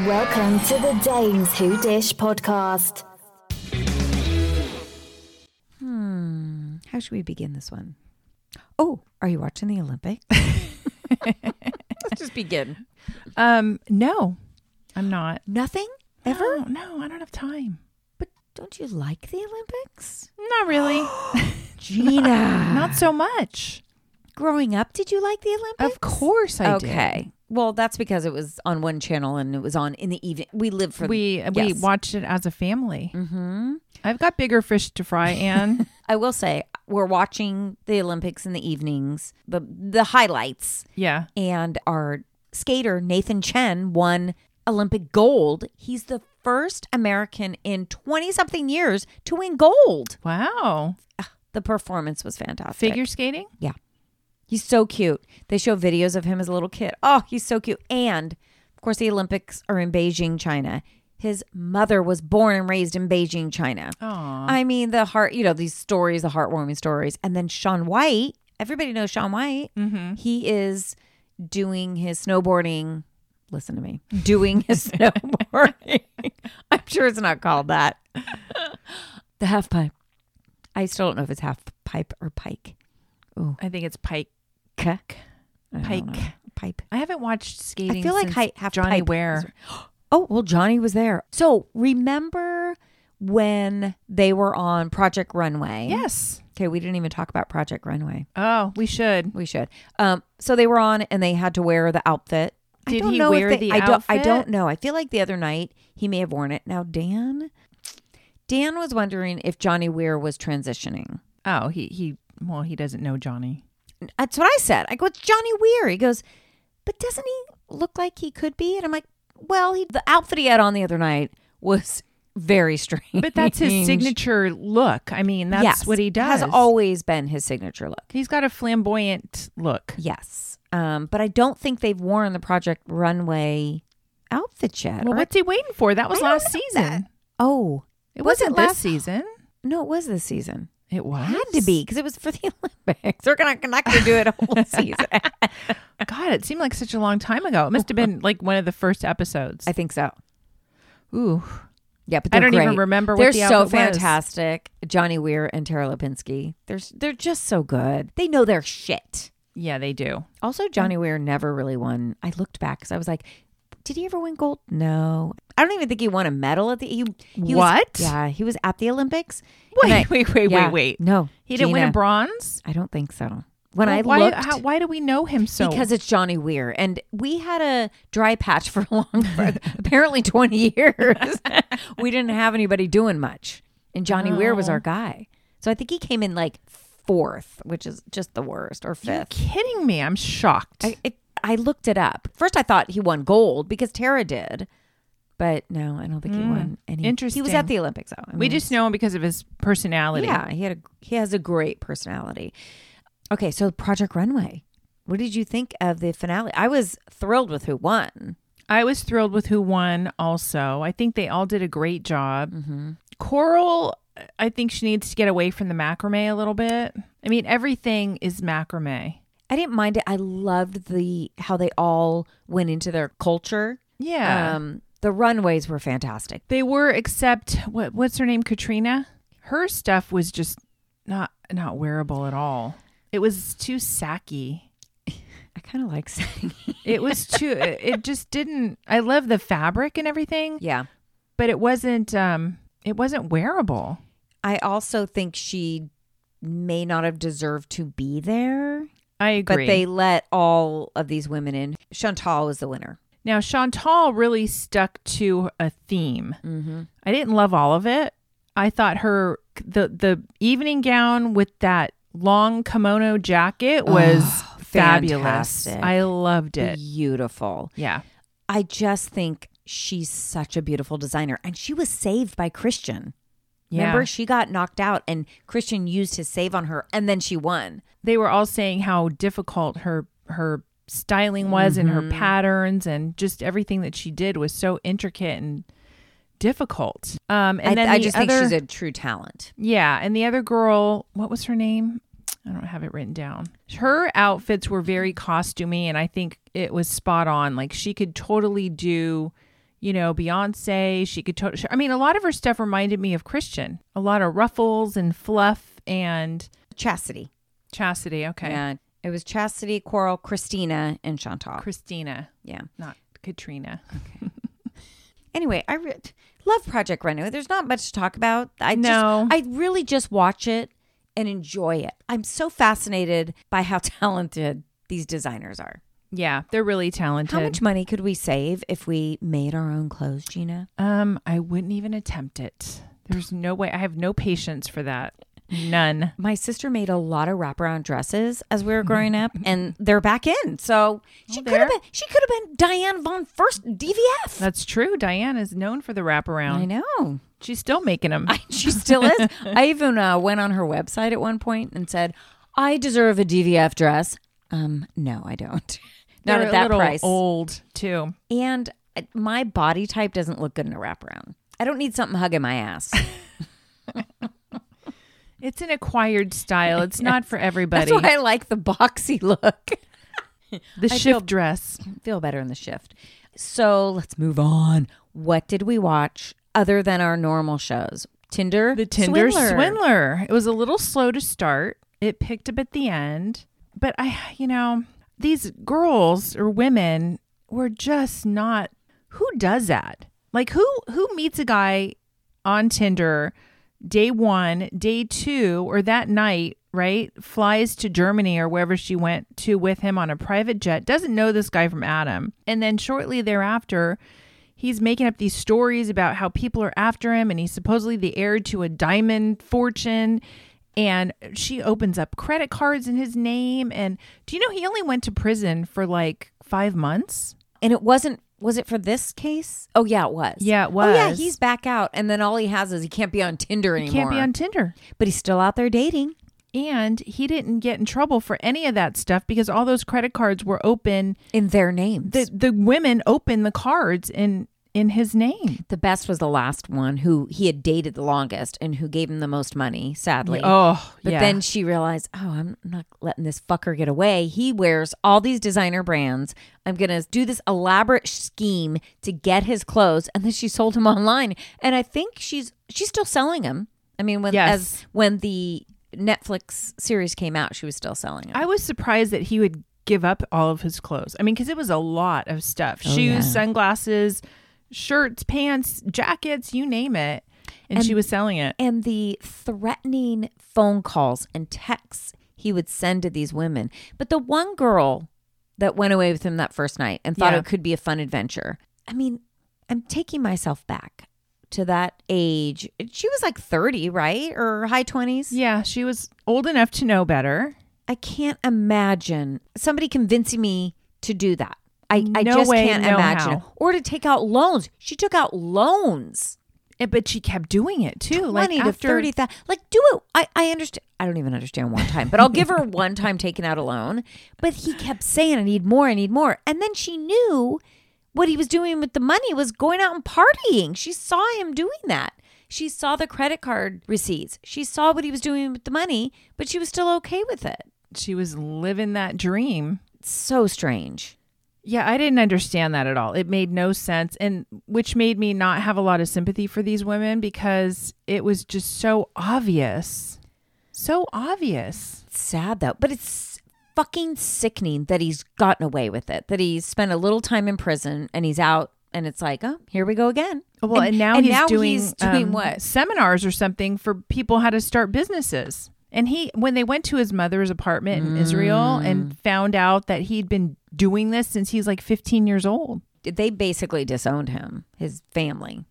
Welcome to the Dames Who Dish podcast. Hmm. How should we begin this one? Oh, are you watching the Olympics? Let's just begin. Um, no, I'm not. Nothing? Ever? No, I don't have time. But don't you like the Olympics? Not really. Gina. not so much. Growing up, did you like the Olympics? Of course I do. okay. Well, that's because it was on one channel and it was on in the evening. We live for We we Yes. watched it as a family. Mm-hmm. I've got bigger fish to fry, Anne. I will say we're watching the Olympics in the evenings, the the highlights, yeah. and our skater Nathan Chen won Olympic gold. He's the first American in twenty something years to win gold. Ah, Wow. The performance was fantastic. Figure skating? Yeah. He's so cute. They show videos of him as a little kid. Oh, he's so cute. And of course, the Olympics are in Beijing, China. His mother was born and raised in Beijing, China. Aw. I mean, the heart, you know, these stories, the heartwarming stories. And then Sean White, everybody knows Sean White. He is doing his snowboarding. Listen to me, doing his snowboarding. I'm sure it's not called that. The half pipe. I still don't know if it's half pipe or pike. I think it's pike. Pike. Pike. Pipe. I haven't watched skating. I feel like since hi- half Johnny pipe Ware. Oh, well, Johnny was there. So remember when they were on Project Runway? Yes. Okay, we didn't even talk about Project Runway. Oh, we should. We should. Um, so they were on and they had to wear the outfit. I Did don't he know if wear they- the I don't, I outfit? don't know. I feel like the other night he may have worn it. Now, Dan, Dan was wondering if Johnny Weir was transitioning. Oh, he he. Well, he doesn't know Johnny. That's what I said. I go, it's Johnny Weir. He goes, but doesn't he look like he could be? And I'm like, well, he, the outfit he had on the other night was very strange. But that's his signature look. I mean, that's Yes. what he does. Has always been his signature look. He's got a flamboyant look. Yes. Um, but I don't think they've worn the Project Runway outfit yet. Well, or- what's he waiting for? That was I don't last know season. that. Oh, It Was it wasn't this last- season. no, it was this season. It was. Had to be because it was for the Olympics. They're gonna- not going to do it a whole season. Uh, God, it seemed like such a long time ago. It must have been like one of the first episodes. Oh, I think so. Ooh. Yeah, but I they're don't even great. remember what They're the so outfit was. fantastic. Johnny Weir and Tara Lipinski. They're s- they're just so good. They know their shit. Yeah, they do. Also, Johnny Weir never really won. I looked back because I was like, did he ever win gold? No, I don't even think he won a medal at the. He, he What? Was, yeah, he was at the Olympics. Wait, And I- wait, wait, yeah, wait, wait. No, He didn't win a Gina, bronze. I don't think so. When I why, looked, how- why do we know him so? because it's Johnny Weir, and we had a dry patch for a long, for apparently twenty years. we didn't have anybody doing much, and Johnny Weir Oh. was our guy. So I think he came in like fourth, which is just the worst, or You're fifth. kidding me. I'm shocked. I it, I looked it up. First, I thought he won gold because Tara did, but no, I don't think he won. Any. He was Hmm, Interesting. at the Olympics, though. I we mean, just know him because of his personality. yeah, he had a he has a great personality. Okay, so Project Runway. What did you think of the finale? I was thrilled with who won. I was thrilled with who won also. I think they all did a great job. Mm-hmm. Coral, I think she needs to get away from the macrame a little bit. I mean, everything is macrame. I didn't mind it. I loved the how they all went into their culture. Yeah. Um, the runways were fantastic. They were, except what what's her name, Katrina. Her stuff was just not not wearable at all. It was too sacky. I kind of like saying, It was too. it it just didn't. I love the fabric and everything, yeah. but it wasn't. Um, it wasn't wearable. I also think she may not have deserved to be there. I agree. But they let all of these women in. Chantal was the winner. now Chantal really stuck to a theme. Mm-hmm. I didn't love all of it. I thought her the the evening gown with that long kimono jacket was fabulous. fantastic. I loved it. Beautiful. Yeah. I just think she's such a beautiful designer. And she was saved by Christian. Remember, Yeah. she got knocked out and Christian used his save on her and then she won. They were all saying how difficult her her styling was and Mm-hmm. her patterns and just everything that she did was so intricate and difficult. Um and I, then I the just other, think she's a true talent. Yeah, and the other girl, what was her name? I don't have it written down. Her outfits were very costumey and I think it was spot on. Like she could totally do you know, Beyonce. She could totally. I mean, a lot of her stuff reminded me of Christian. A lot of ruffles and fluff and Chastity. chastity. Okay, Yeah. It was Chastity, Coral, Christina, and Chantal. Christina, yeah. not Katrina. Anyway, I re- love Project Runway. There's not much to talk about. I No. just, I really just watch it and enjoy it. I'm so fascinated by how talented these designers are. Yeah, they're really talented. How much money could we save if we made our own clothes, Gina? Um, I wouldn't even attempt it. There's no way. I have no patience for that. None. My sister made a lot of wraparound dresses as we were growing up, and they're back in. So she could have been she could have been Diane von First DVF. That's true. Diane is known for the I wraparound. know. She's still making them. She still is. I even uh, went on her website at one point and said, "I deserve a DVF dress." Um, no, I don't. Not They're at a that little price. Old too. And uh, my body type doesn't look good in a wraparound. I don't need something hugging my ass. It's an acquired style. It's not for everybody. That's why I like the boxy look. the I shift feel- dress. feel better in the shift. So let's move on. What did we watch other than our normal shows? Tinder, The Tinder swindler. It was a little slow to start. It picked up at the end, but I, you know, these girls or women were just not. Who does that? Like who who meets a guy on Tinder day one, day two, or that night? Right, flies to Germany or wherever she went to with him on a private jet. Doesn't know this guy from Adam, and then shortly thereafter, he's making up these stories about how people are after him and he's supposedly the heir to a diamond fortune and she opens up credit cards in his name and do you know he only went to prison for like 5 months and it wasn't. Was it for this case? Oh yeah, it was. Yeah, it Oh yeah, was. he's back out, and then all he has is he can't be on Tinder anymore. can't be on Tinder but he's still out there dating. and he didn't get in trouble for any of that stuff because all those credit cards were open In their names. the The, the women opened the cards in in his name best was the last one who he had dated the longest and who gave him the most money, sadly. oh But yeah. then she realized, oh, I'm not letting this fucker get away. He wears all these designer brands. I'm going to do this elaborate scheme to get his clothes. And then she sold him online. And I think she's she's still selling him. I mean, when Yes. as when the Netflix series came out, she was still selling him. I was surprised that he would give up all of his clothes. I mean, because it was a lot of stuff shoes, sunglasses, shirts, pants, jackets, you name it. And, she was selling it. and the threatening phone calls and texts he would send to these women. But the one girl that went away with him that first night and thought Yeah. it could be a fun adventure. I mean, I'm taking myself back to that age. She was like 30, right? Or high 20s. yeah, she was old enough to know better. I can't imagine somebody convincing me to do that. I, I No just way, can't no imagine. how. Or to take out loans. She took out loans. Eh, But she kept doing it too. Like Money after, to thirty thousand. Like, do it. I, I understand. I don't even understand one time, but I'll give her one time taking out a loan. But he kept saying, "I need more. I need more." And then she knew what he was doing with the money was going out and partying. She saw him doing that. She saw the credit card receipts. She saw what he was doing with the money, but she was still okay with it. she was living that dream. so strange. Yeah, I didn't understand that at all. It made no sense. And which made me not have a lot of sympathy for these women because it was just so obvious. So obvious. It's sad though, but it's fucking sickening that he's gotten away with it. That he's spent a little time in prison and he's out, and it's like, oh, here we go again. Well, and, now he's doing, doing um, what? seminars or something for people how to start businesses. And he, when they went to his mother's apartment in Israel and found out that he'd been doing this since he's like 15 years old, They basically disowned him, his family.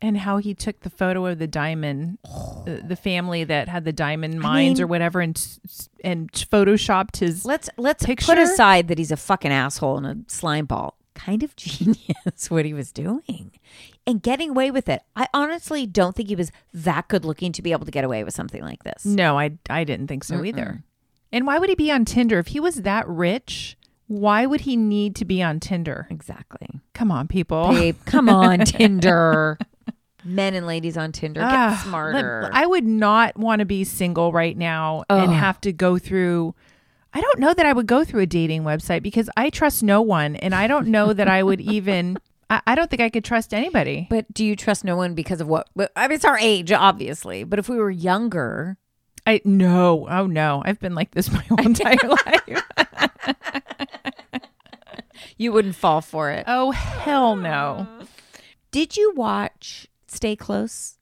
and how he took the photo of the diamond, uh, the family that had the diamond mines or whatever, and s- s- and photoshopped his. Let's let's put Picture? aside that he's a fucking asshole and a slime ball. Kind of genius what he was doing and getting away with it. I honestly don't think he was that good looking to be able to get away with something like this. No, I I didn't think so either. And why would he be on Tinder if he was that rich? Why would he need to be on Tinder? Exactly. Come on, people. Babe, come on, Tinder. Men and ladies on Tinder get Ah, let- smarter. I would not want to be single right now and have to go through. I don't know that I would go through a dating website because I trust no one, and I don't know that I would even. I, I don't think I could trust anybody. But do you trust no one because of what? But, I mean, it's our age, obviously. But if we were younger, I no, oh no, I've been like this my whole entire life. you wouldn't fall for it. Oh hell no, Did you watch Stay Close?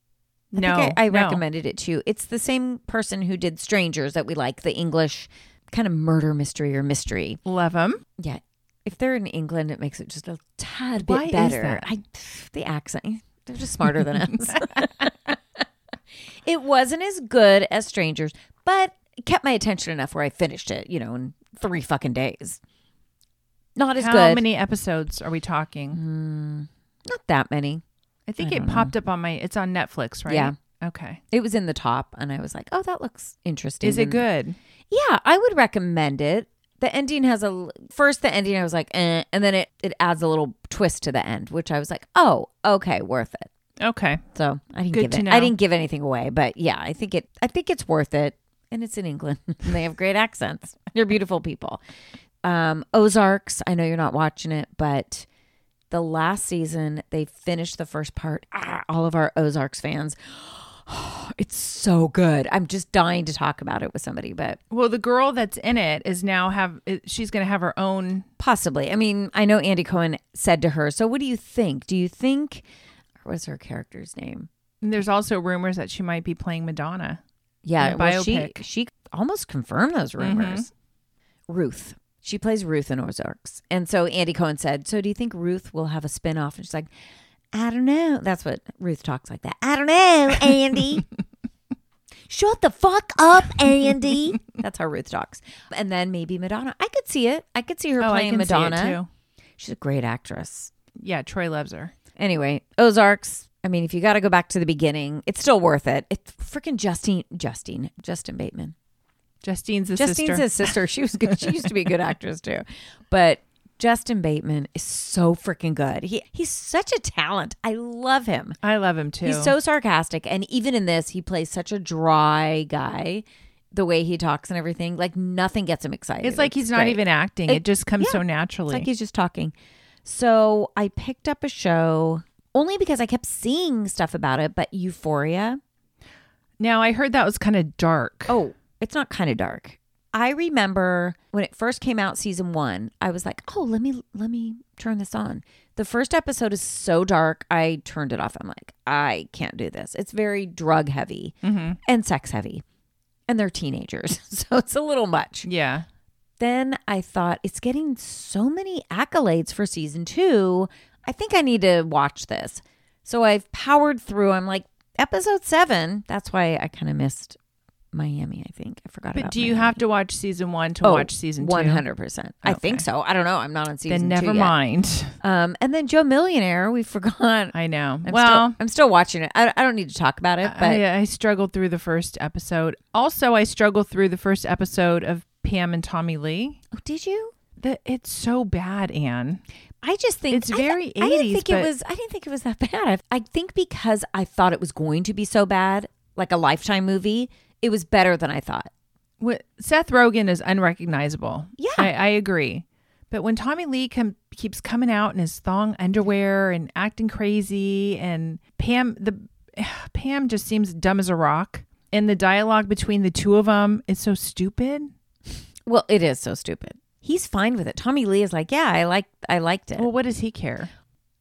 I no. think I, I no. recommended it to you. It's the same person who did Strangers that we like, the English kind of murder mystery or mystery. love them. Yeah. If they're in England, it makes it just a tad bit Why is better. that? I the accent. They're just smarter than us. it wasn't as good as Strangers, but it kept my attention enough where I finished it, you know, in three fucking days. Not as How good. Mm, many episodes are we talking? Not that many. I think it popped up on my. It's on Netflix, right? Yeah. Okay. It was in the top, and I was like, "Oh, that looks interesting." Is it And- good? Yeah, I would recommend it. The ending has a l- first. The ending, I was like, eh, and then it it adds a little twist to the end, which I was like, "Oh, okay, worth it." Okay. So I didn't Good give to it. know. I didn't give anything away, but yeah, I think it. I think it's worth it, and it's in England. and they have great accents. They're beautiful people. Um, Ozarks. I know you're not watching it, but the last season they finished the first part. Ah, all of our Ozarks fans. It's so good. I'm just dying to talk about it with somebody, but Well, the girl that's in it is now have. i- She's going to have her own. Possibly. I mean, I know Andy Cohen said to her, So what do you think? Do you think, what was her character's name? and there's also rumors that she might be playing Madonna. Yeah, A well, she, biopic. Mm-hmm. she almost confirmed those rumors. Ruth. She plays Ruth in Ozarks. And so Andy Cohen said, So do you think Ruth will have a spin off? And she's like, I don't know. That's what Ruth talks like that. I don't know, Andy. Shut the fuck up, Andy. That's how Ruth talks. And then maybe Madonna. I could see it. I could see her Oh, I playing can Madonna. see it too. She's a great actress. Yeah, Troy loves her. Anyway, Ozarks. I mean, if you got to go back to the beginning, it's still worth it. It's freaking Justine, Justine, Justin Bateman. Justine's the Justine's sister. his sister. She was good. She used to be a good actress too, but Justin Bateman is so freaking good. He he's such a talent. I love him. I love him too. He's so sarcastic, and even in this, he plays such a dry guy. The way he talks and everything, like nothing gets him excited. It's like he's not great. even acting. It, It- just comes yeah. so naturally. It's like he's just talking. So I picked up a show only because I kept seeing stuff about it, but Euphoria. now I heard that was kind of dark. Oh, it's not kind of dark. I remember when it first came out season 1, I was like, "Oh, let me let me turn this on." The first episode is so dark, I turned it off. I'm like, "I can't do this." It's very drug heavy and sex heavy. And they're teenagers, so it's a little much. yeah. then I thought it's getting so many accolades for season two. I think I need to watch this. So I've powered through. I'm like episode seven. That's why I kind of missed Miami. I think I forgot. But about do you Miami. have to watch season one to watch season two? Oh, One hundred percent. I think so. I don't know. I'm not on season. Then two never yet. mind. Um, and then Joe Millionaire. We forgot. I know. I'm well, still, I'm still watching it. I, I don't need to talk about it. But I, I struggled through the first episode. Also, I struggled through the first episode of Pam and Tommy Lee. oh, did you? That it's so bad, Anne. I just think It's I very I didn't 80s, think but- it was. I didn't think it was that bad. I, I think because I thought it was going to be so bad, like a Lifetime movie, it was better than I thought. Wh- Seth Rogen is unrecognizable. Yeah. I, I agree. But when Tommy Lee com- keeps coming out in his thong underwear and acting crazy, and Pam the Pam just seems dumb as a rock, and the dialogue between the two of them is so stupid. Well, it is so stupid. He's fine with it. Tommy Lee is like, yeah, I like, I liked it. Well, what does he care?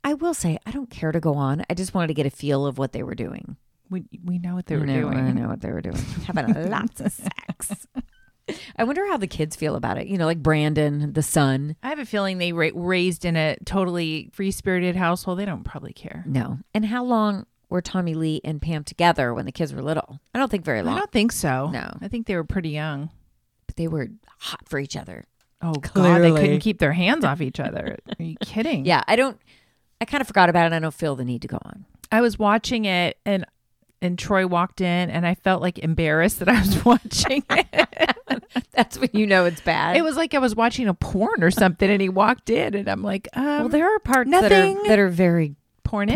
I will say, I don't care to go on. I just wanted to get a feel of what they were doing. We we know what they were I know, doing. I know what they were doing. Having lots of sex. I wonder how the kids feel about it. You know, like Brandon, the son. I have a feeling they ra- raised in a totally free spirited household. They don't probably care. No. And how long were Tommy Lee and Pam together when the kids were little? I don't think very long. I don't think so. No. I think they were pretty young. but they were hot for each other. Oh God, they Clearly. couldn't keep their hands off each other. Are you kidding? Yeah, I don't. I kind of forgot about it. and I don't feel the need to go on. I was watching it and and Troy walked in and I felt like embarrassed that I was watching it. That's when you know it's bad. it was like I was watching a porn or something and he walked in and I'm like, um, well, there are parts that nothing. are that are very pornish.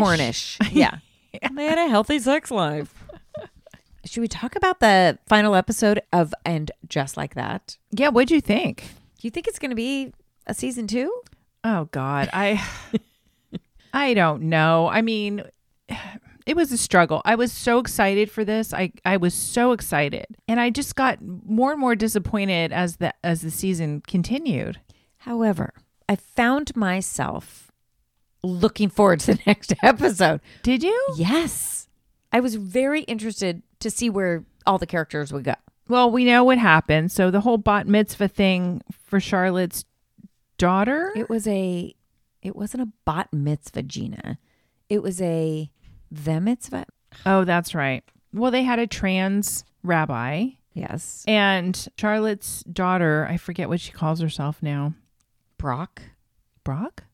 pornish. Yeah, they had a healthy sex life. Should we talk about the final episode of And Just Like That? Yeah, what'd you think? Do you think it's going to be a season two? Oh God, I Oh, I don't know. I mean, it was a struggle. I was so excited for this. I I was so excited. And I just got more and more disappointed as the as the season continued. However, I found myself looking forward to the next episode. Did you? Yes. I was very interested to see where all the characters would go. Well, we know what happened. So the whole bat mitzvah thing for Charlotte's daughter. It was a it wasn't a bat mitzvah, Gina. It was a the mitzvah. oh, that's right. Well, they had a trans rabbi Yes. and Charlotte's daughter, I forget what she calls herself now. Brock. Brock?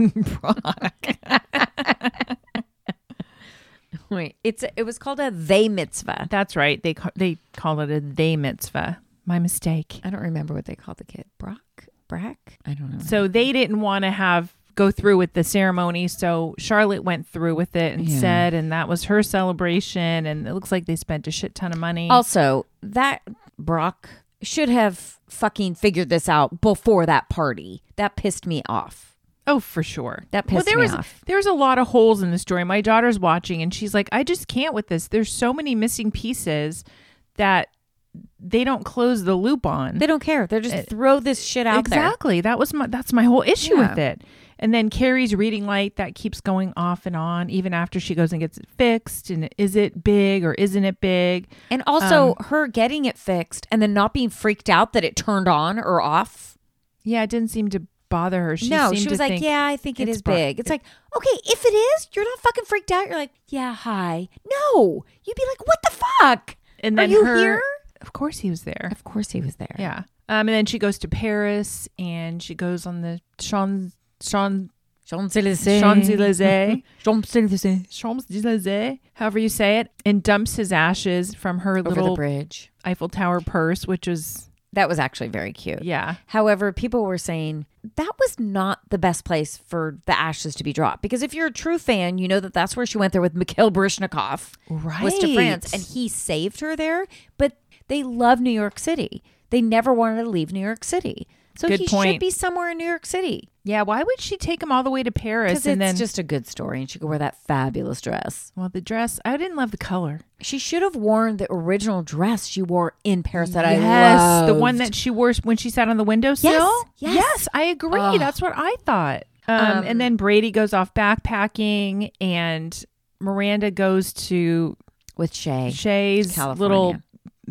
Wait. It's it was called a they mitzvah. That's right. They ca- they call it a they mitzvah. My mistake. I don't remember what they called the kid. Brock? Brack? I don't know. So they didn't want to have go through with the ceremony, so Charlotte went through with it and said and that was her celebration and it looks like they spent a shit ton of money. Oh, Also, that Brock should have fucking figured this out before that party. That pissed me off. Oh, for sure. That well, pissed there me was, off. There's a lot of holes in the story. My daughter's watching and she's like, I just can't with this. There's so many missing pieces that they don't close the loop on. They don't care. They're just throw this shit out there. exactly. That was my that's my whole issue Yeah. with it. And then Carrie's reading light that keeps going off and on even after she goes and gets it fixed and is it big or isn't it big? And also her getting it fixed and then not being freaked out that it turned on or off. Yeah, it didn't seem to bother her. She no, seemed she to was like, think- "Yeah, I think it it's is bro- big." It's like, "Okay, if it is, you're not fucking freaked out. You're like, "Yeah, hi." No. You'd be like, "What the fuck?" And Are then you her, here? Of course he was there. Of course he was there. Yeah. Um, and then she goes to Paris and she goes on the Champs Champs Champs-Élysées, Champs-Élysées. Champs-Élysées, however you say it, and dumps his ashes from her Over the little bridge. Eiffel Tower purse, which was That was actually very cute. yeah. However, people were saying that was not the best place for the ashes to be dropped because if you're a true fan, you know that that's where she went there with Mikhail Baryshnikov, was to France, Right. and he saved her there. But they love New York City. They never wanted to leave New York City, so Good he should point. be somewhere in New York City Yeah, why would she take him all the way to Paris because and it's then just a good story, and she could wear that fabulous dress. well the dress? I didn't love the color. She should have worn the original dress she wore in Paris that yes, I the one loved. that she wore when she sat on the windowsill. Yes, yes. I agree. That's what I thought. Um, and then Brady goes off backpacking, and Miranda goes to with Shay. Shay's California. little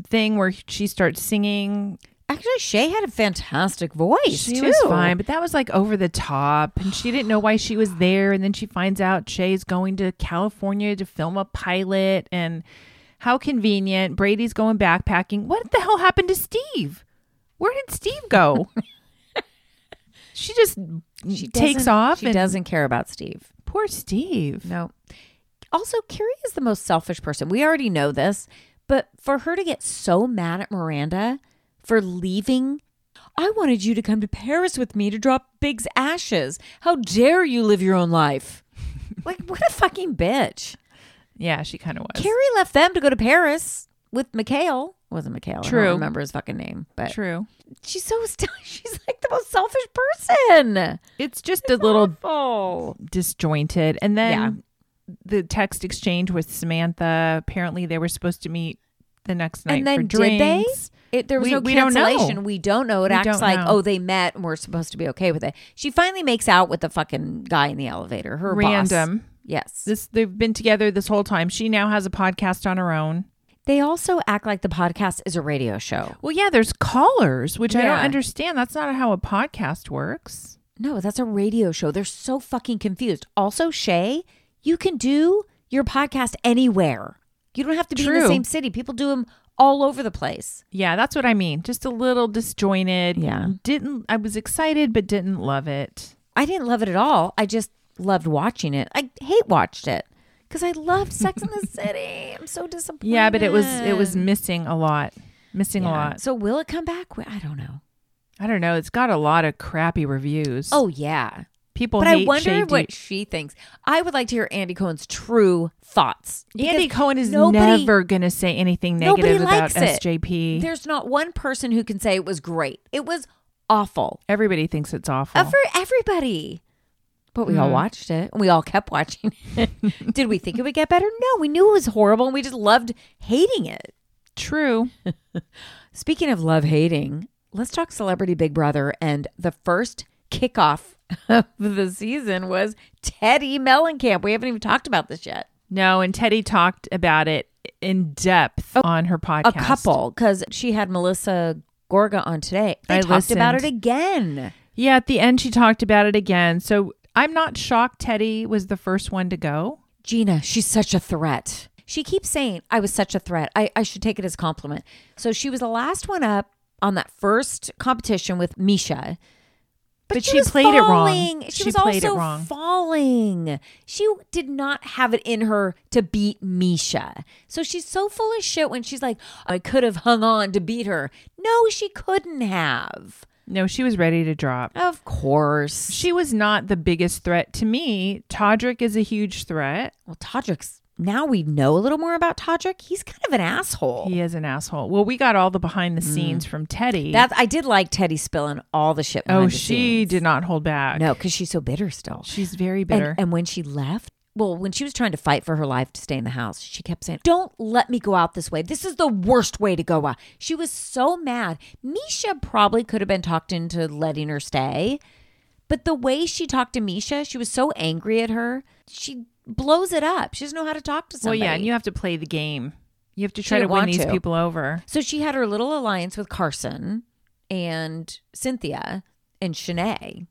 thing where she starts singing. Actually, Shay had a fantastic voice. She too. was fine, but that was like over the top, and she didn't know why she was there. And then she finds out Shay's going to California to film a pilot, and how convenient. Brady's going backpacking. What the hell happened to Steve? Where did Steve go? she just She takes doesn't- off She and doesn't care about Steve. poor Steve. No. Also, Carrie is the most selfish person. We already know this, but for her to get so mad at Miranda for leaving, I wanted you to come to Paris with me to drop Big's ashes. How dare you live your own life? like, what a fucking bitch. Yeah, she kind of was. Carrie left them to go to Paris with Mikhail. Wasn't Mikhail. I True. don't remember his fucking name, but True. she's so st- she's like the most selfish person. It's just a little Oh. disjointed. And then the text exchange with Samantha. Apparently, they were supposed to meet the next night and then for did they? drinks. It, there was We- no we don't know. cancellation. We don't know. It We acts don't like know. oh they met and we're supposed to be okay with it. She finally makes out with the fucking guy in the elevator. Her boss. Random. Yes. This they've been together this whole time. She now has a podcast on her own. they also act like the podcast is a radio show. Well, yeah, there's callers, which I don't Yeah. understand. That's not how a podcast works. No, that's a radio show. They're so fucking confused. Also, Shay, you can do your podcast anywhere. You don't have to be in the True. same city. People do them all over the place. Yeah, that's what I mean. Just a little disjointed. Yeah. Didn't I was excited but didn't love it. I didn't love it at all. I just loved watching it. I hate watched it because I loved Sex in the City. I'm so disappointed. Yeah, but it was it was missing a lot. Missing a lot. So will it come back? Well, I don't know. I don't know. It's got a lot of crappy reviews. Oh yeah, people but I hate wonder Shady. what she thinks. I would like to hear Andy Cohen's true thoughts. Andy because Cohen is nobody- never going to say anything nobody negative about likes it. SJP. There's not one person who can say it was great. It was awful Everybody thinks it's awful. Uh, for everybody. But we Mm-hmm. all watched it. and We all kept watching it. Did we think it would get better? No, we knew it was horrible and we just loved hating it. True. Speaking of love hating, let's talk Celebrity Big Brother. And the first kickoff of the season was Teddy Mellencamp. We haven't even talked about this yet. No, and Teddy talked about it in depth on her podcast. Oh, A couple, because she had Melissa Gorga on today. They I talked about it listened. again. Yeah, at the end, she talked about it again. So I'm not shocked Teddy was the first one to go. Gina, she's such a threat. She keeps saying, I was such a threat. I, I should take it as a compliment. So she was the last one up on that first competition with Misha. But she played it wrong. falling. She, She was played it also wrong. falling. She did not have it in her to beat Misha. So she's so full of shit when she's like, I could have hung on to beat her. No, she couldn't have. No, she was ready to drop. Of course. She was not the biggest threat to me. Todrick is a huge threat. Well, Todrick's now we know a little more about Todrick. He's kind of an asshole. He is an asshole. Well, we got all the behind the scenes from Teddy. Mm. That I did like Teddy spilling all the shit. behind oh, the she scenes. did not hold back. No, because she's so bitter still. She's very And- bitter. And, when she left, well, when she was trying to fight for her life to stay in the house, she kept saying, "Don't let me go out this way. This is the worst way to go out." She was so mad. Misha probably could have been talked into letting her stay, but the way she talked to Misha, she was so angry at her. She blows it up. She doesn't know how to talk to somebody. Well, yeah, and you have to play the game. You have to She try to didn't win want these to. people over. So she had her little alliance with Carson and Cynthia and Shanae.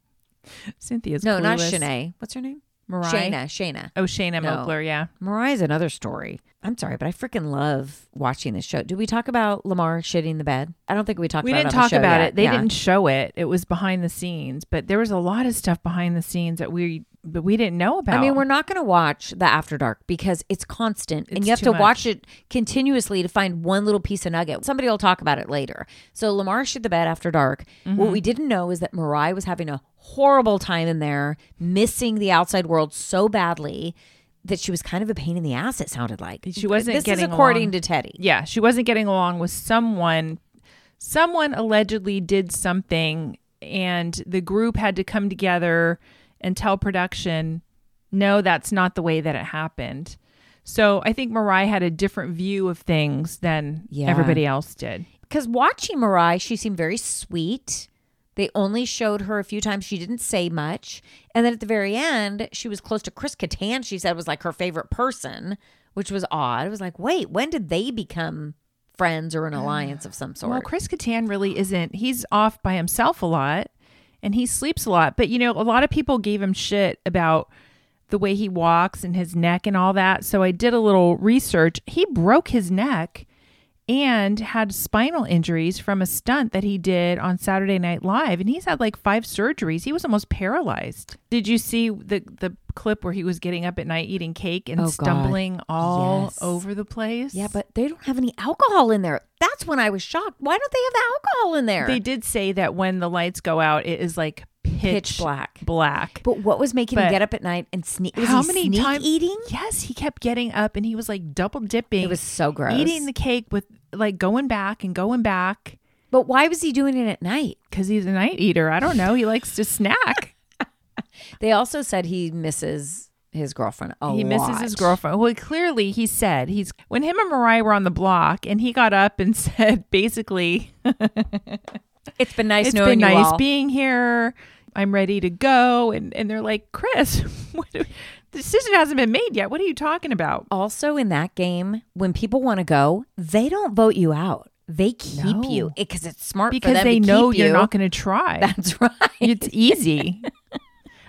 Cynthia's No, not clueless. Shanae. What's her name? Mariah. Shayna. Shayna. Oh, Shayna No. Mokler, yeah. Mariah's another story. I'm sorry, but I freaking love watching this show. Did we talk about Lamar shitting the bed? I don't think we talked We about didn't it on the talk show about yet. it. They Yeah. didn't show it. It was behind the scenes, but there was a lot of stuff behind the scenes that we but we didn't know about. I mean, we're not going to watch the After Dark because it's constant and It's you have too to much. watch it continuously to find one little piece of nugget. Somebody will talk about it later. So, Lamar shit the bed after dark. What Mm-hmm. we didn't know is that Mariah was having a horrible time in there, missing the outside world so badly that she was kind of a pain in the ass, it sounded like. She wasn't this getting is according along. to Teddy. yeah, she wasn't getting along with someone. Someone allegedly did something and the group had to come together and tell production, "No, that's not the way that it happened." So, I think Mariah had a different view of things than Yeah. everybody else did. because watching Mariah, she seemed very sweet. They only showed her a few times. She didn't say much. And then at the very end, she was close to Chris Kattan, she said was like her favorite person, which was odd. It was like, wait, when did they become friends or an alliance of some sort? Well, Chris Kattan really isn't. He's off by himself a lot and he sleeps a lot. But, you know, a lot of people gave him shit about the way he walks and his neck and all that. So I did a little research. He broke his neck and had spinal injuries from a stunt that he did on Saturday Night Live. And he's had like five surgeries. He was almost paralyzed. Did you see the, the clip where he was getting up at night eating cake and Oh, God. stumbling all Yes. over the place? yeah, but they don't have any alcohol in there. That's when I was shocked. Why don't they have the alcohol in there? They did say that when the lights go out, it is like pitch, Pitch black. Black. but what was making him But- get up at night and sneak? Was he sneak time- eating? Yes, he kept getting up and he was like double dipping. It was so gross. Eating the cake with like going back and going back But why was he doing it at night? because he's a night eater. I don't know. He likes to snack. They also said he misses his girlfriend a he misses his lot. girlfriend. Well, clearly he said he's when him and Mariah were on the block and he got up and said basically It's been nice it's knowing been you nice all. being here. I'm ready to go. And and they're like, Chris, what do- the decision hasn't been made yet. What are you talking about? also in that game, when people want to go, they don't vote you out. They keep No. you because it's smart for because them they to know keep you're you. not going to try. That's right. it's easy.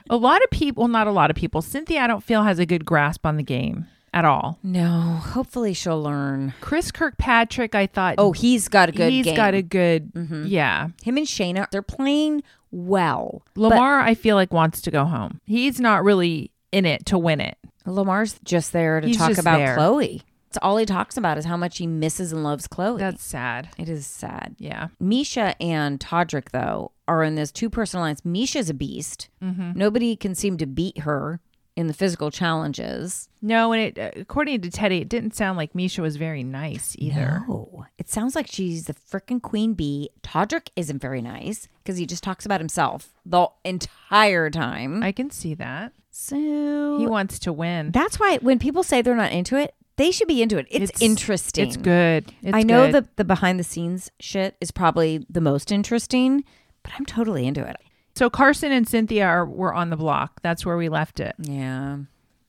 a lot of people, not a lot of people. Cynthia, I don't feel has a good grasp on the game at all. no, hopefully she'll learn. Chris Kirkpatrick, I thought, Oh, he's got a good he's game. Mm-hmm. got a good, yeah. Him and Shayna, they're playing well. Lamar, I feel like wants to go home. He's not really in it to win it. Lamar's just there to He's talk just about there. Chloe. It's all he talks about is how much he misses and loves Chloe. That's sad. it is sad. Yeah. Misha and Todrick, Mm-hmm. though, are in this two person alliance. Misha's a beast. Nobody can seem to beat her in the physical challenges. No, and it uh, according to Teddy, it didn't sound like Misha was very nice either. No, it sounds like she's the freaking queen bee. Todrick isn't very nice because he just talks about himself the entire time. I can see that. so He wants to win. that's why when people say they're not into it, they should be into it. It's, interesting. It's good. It's I know good. that the behind the scenes shit is probably the most interesting, but I'm totally into it. So Carson and Cynthia are, were on the block. That's where we left it. Yeah.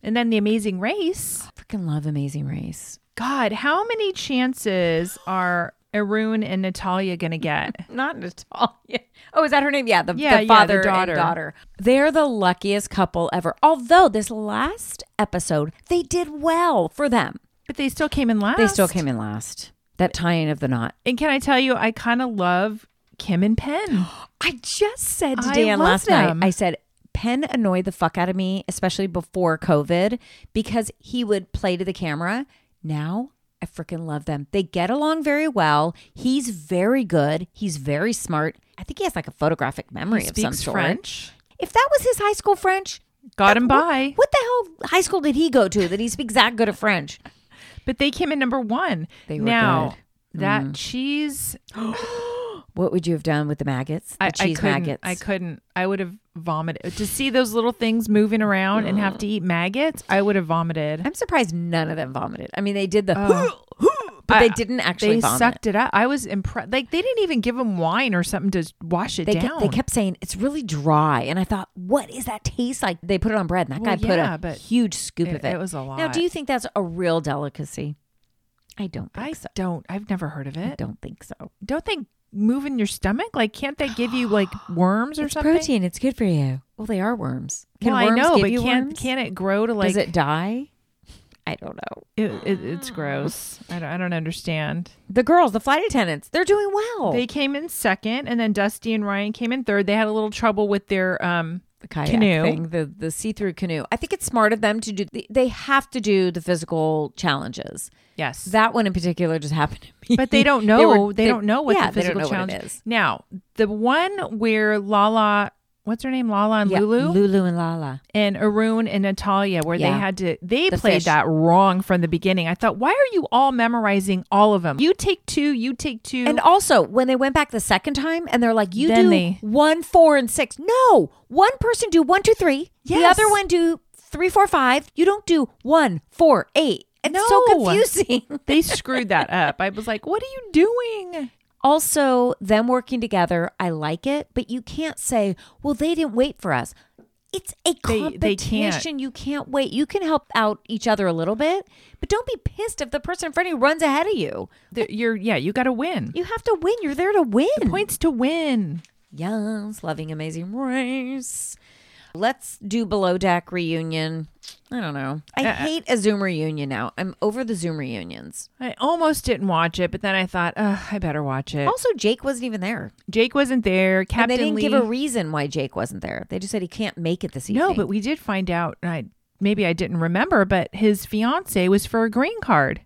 And then the amazing race. Freaking love Amazing Race. God, how many chances are Arun and Natalia going to get? Not Natalia. Oh, is that her name? Yeah, the, Yeah, yeah, the the father and daughter. daughter. They're the luckiest couple ever. Although this last episode, they did well for them. But they still came in last. They still came in last. That tying of the knot. And can I tell you, I kind of love Kim and Penn. I just said to I Dan love last them. night, I said, Penn annoyed the fuck out of me, especially before COVID, because he would play to the camera. Now I freaking love them. They get along very well. He's very good. He's very smart. I think he has like a photographic memory of some Speaks sort. French. If that was his high school French, Got him what- by. What, the hell high school did he go to that he speaks that good of French? But they came in number one. They were now, good. Mm-hmm. that cheese, What would you have done with the maggots? The I, I cheese couldn't. maggots. I couldn't. I would have vomited. To see those little things moving around and have to eat maggots, I would have vomited. I'm surprised none of them vomited. I mean, they did the, but they Oh. I- didn't actually They vomit. sucked it up. I was impressed. Like they didn't even give him wine or something to wash it they, down. ke- they kept saying it's really dry and i thought what is that taste like they put it on bread and that Well, guy put yeah, a but huge scoop it- of it it was a lot. now do you think that's a real delicacy i don't think I so don't. I've never heard of i it. don't think so Don't they move in your stomach? Like, can't they give you like worms or it's something? protein it's good for you well they are worms can well, worms I know, give but you can't worms? can it grow to like? does it die i don't know It, it, it's gross. I don't, I don't understand. the girls the flight attendants they're doing well They came in second, and then Dusty and Ryan came in third. They had a little trouble with their um. the kayak Canoe. thing, the the see through canoe. I think it's smart of them to do. They, they have to do the physical challenges. Yes, That one in particular just happened to me. but they don't know. They They, were- don't know what yeah, the they physical don't know challenge what it is. Now, the one where Lala, what's her name, Lala and Yeah, Lulu, Lulu and Lala. and Arun and Natalia, where they Yeah. had to, they The played fish. that wrong from the beginning. I thought, why are you all memorizing all of them? You take two, you take two. And also, when they went back the second time, and they're like, "You Then do they- one, four, and six. No, one person do one, two, three. The Yes. other one do three, four, five. You don't do one, four, eight. It's so No. confusing. they screwed that up. I was like, what are you doing? also, them working together, I like it, but you can't say, "Well, they didn't wait for us." It's a They- competition. they can't. You can't wait. You can help out each other a little bit, but don't be pissed if the person in front of you runs ahead of you. The- You're, yeah, you got to win. You have to win. You're there to win. Points to win. Yes, loving Amazing Race. Let's do Below Deck reunion. I don't know. Uh, I hate a Zoom reunion now. I'm over the Zoom reunions. I almost didn't watch it, but then I thought, Ugh, I better watch it. Also, Jake wasn't even there. Jake wasn't Oh. there. And Captain they didn't Lee. give a reason why Jake wasn't there. They just said he can't make it this evening. No, but we did find out. and I maybe I didn't remember, but his fiance was for a green card.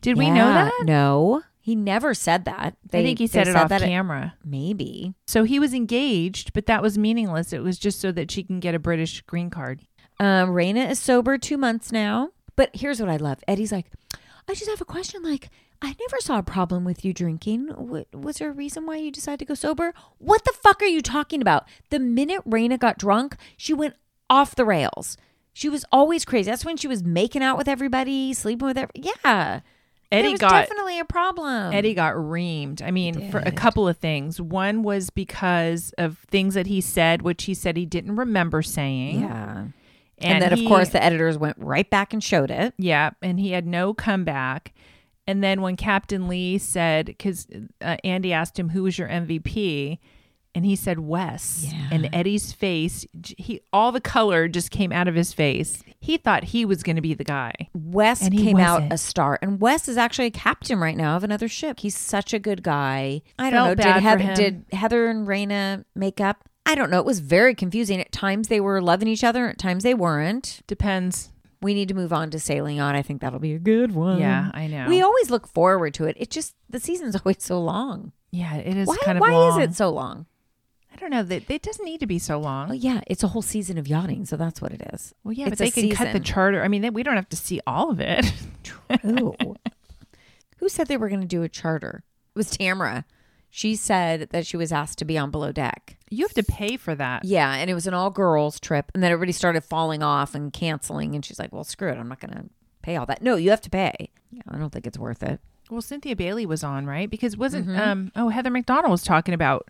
Did we know Yeah, that? No, he never said that. I think he they said it off that at- camera. maybe. so he was engaged, but that was meaningless. It was just so that she can get a British green card. Um, Raina is sober two months now. But here's what I love. Eddie's like, I just have a question. Like, I never saw a problem with you drinking. What, was there a reason why you decided to go sober? What the fuck are you talking about? The minute Raina got drunk, she went off the rails. She was always crazy. That's when she was making out with everybody, sleeping with every. Yeah. Eddie there was got definitely a problem. Eddie got reamed. I mean, for a couple of things. One was because of things that he said, which he said he didn't remember saying. Yeah. And, then, he- of course, the editors went right back and showed it. Yeah, and he had no comeback. And then when Captain Lee said, because uh, Andy asked him who was your MVP, and he said Wes. And Eddie's face, j- he all the color just came out of his face. He thought he was going to be the guy. Wes And he came out wasn't. a star, and Wes is actually a captain right now of another ship. He's such a good guy. I don't Felt know. bad for Did Heather, him. did Heather and Raina make up? I don't know. It was very confusing. At times they were loving each other, at times they weren't. Depends. We need to move on to sailing on. I think that'll be a good one. Yeah, I know. We always look forward to it. It just the season's always so long. yeah, it is why? kind of why long. is it so long? I don't know. That it doesn't need to be so Well, long. yeah, it's a whole season of yachting, so that's what it is. Well, yeah, It's but they a can cut the season. charter. I mean, they, we don't have to see all of it. Ooh. Who said they were going to do a charter? It was Tamra. She said that she was asked to be on Below Deck. you have to pay for that. Yeah, and it was an all girls trip, and then everybody started falling off and canceling, and she's like, "Well, screw it, I'm not going to pay all that." No, you have to pay. Yeah, I don't think it's worth it. Well, Cynthia Bailey was on, right? Because wasn't Mm-hmm. um oh Heather McDonald was talking about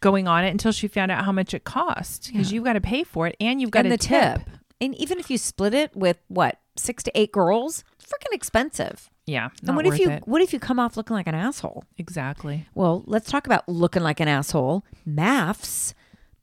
going on it until she found out how much it cost because you've got to pay for it and you've got and a the tip. and even if you split it with what six to eight girls, it's freaking expensive. Yeah, not and what worth if you it. what if you come off looking like an asshole? exactly? Well, let's talk about looking like an asshole. Maths,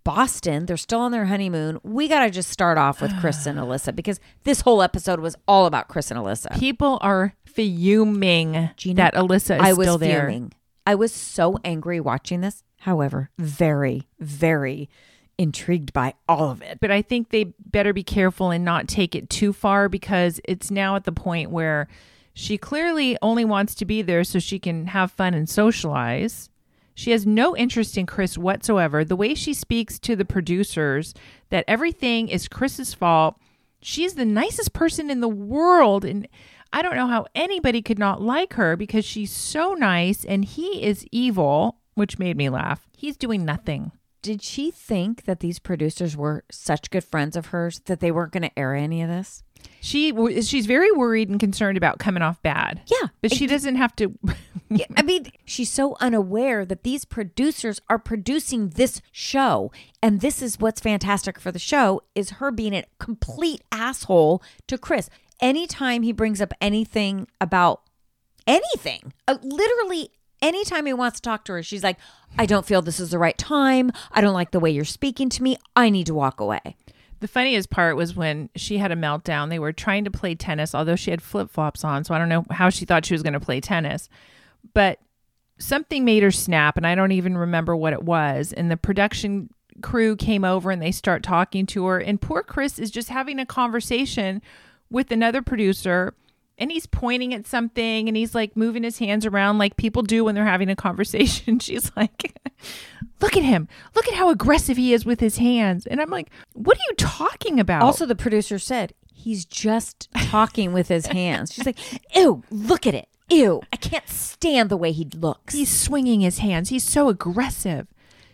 Boston, they're still on their honeymoon. We got to just start off with Chris and Alyssa because this whole episode was all about Chris and Alyssa. People are fuming Gina, that Alyssa is I was still there. fuming. I was so angry watching this. However, very, very intrigued by all of it. but I think they better be careful and not take it too far because it's now at the point where she clearly only wants to be there so she can have fun and socialize. She has no interest in Chris whatsoever. The way she speaks to the producers that everything is Chris's fault. She's the nicest person in the world and I don't know how anybody could not like her because she's so nice and he is evil, which made me laugh. He's doing nothing. Did she think that these producers were such good friends of hers that they weren't going to air any of this? She w- she's very worried and concerned about coming off bad. Yeah. but she doesn't have to. Yeah, I mean, she's so unaware that these producers are producing this show, and this is what's fantastic for the show is her being a complete asshole to Chris. Anytime he brings up anything about anything, uh, literally anytime he wants to talk to her, she's like, "I don't feel this is the right time. I don't like the way you're speaking to me. I need to walk away." the funniest part was when she had a meltdown. They were trying to play tennis, although she had flip flops on, so I don't know how she thought she was going to play tennis. But something made her snap, and I don't even remember what it was. And the production crew came over and they start talking to her, and poor Chris is just having a conversation with another producer. And he's pointing at something and he's like moving his hands around like people do when they're having a conversation. She's like, Look at him. Look at how aggressive he is with his hands. And I'm like, What are you talking about? Also, the producer said he's just talking with his hands. She's like, "Ew, look at it." Ew, I can't stand the way he looks. He's swinging his hands. He's so aggressive.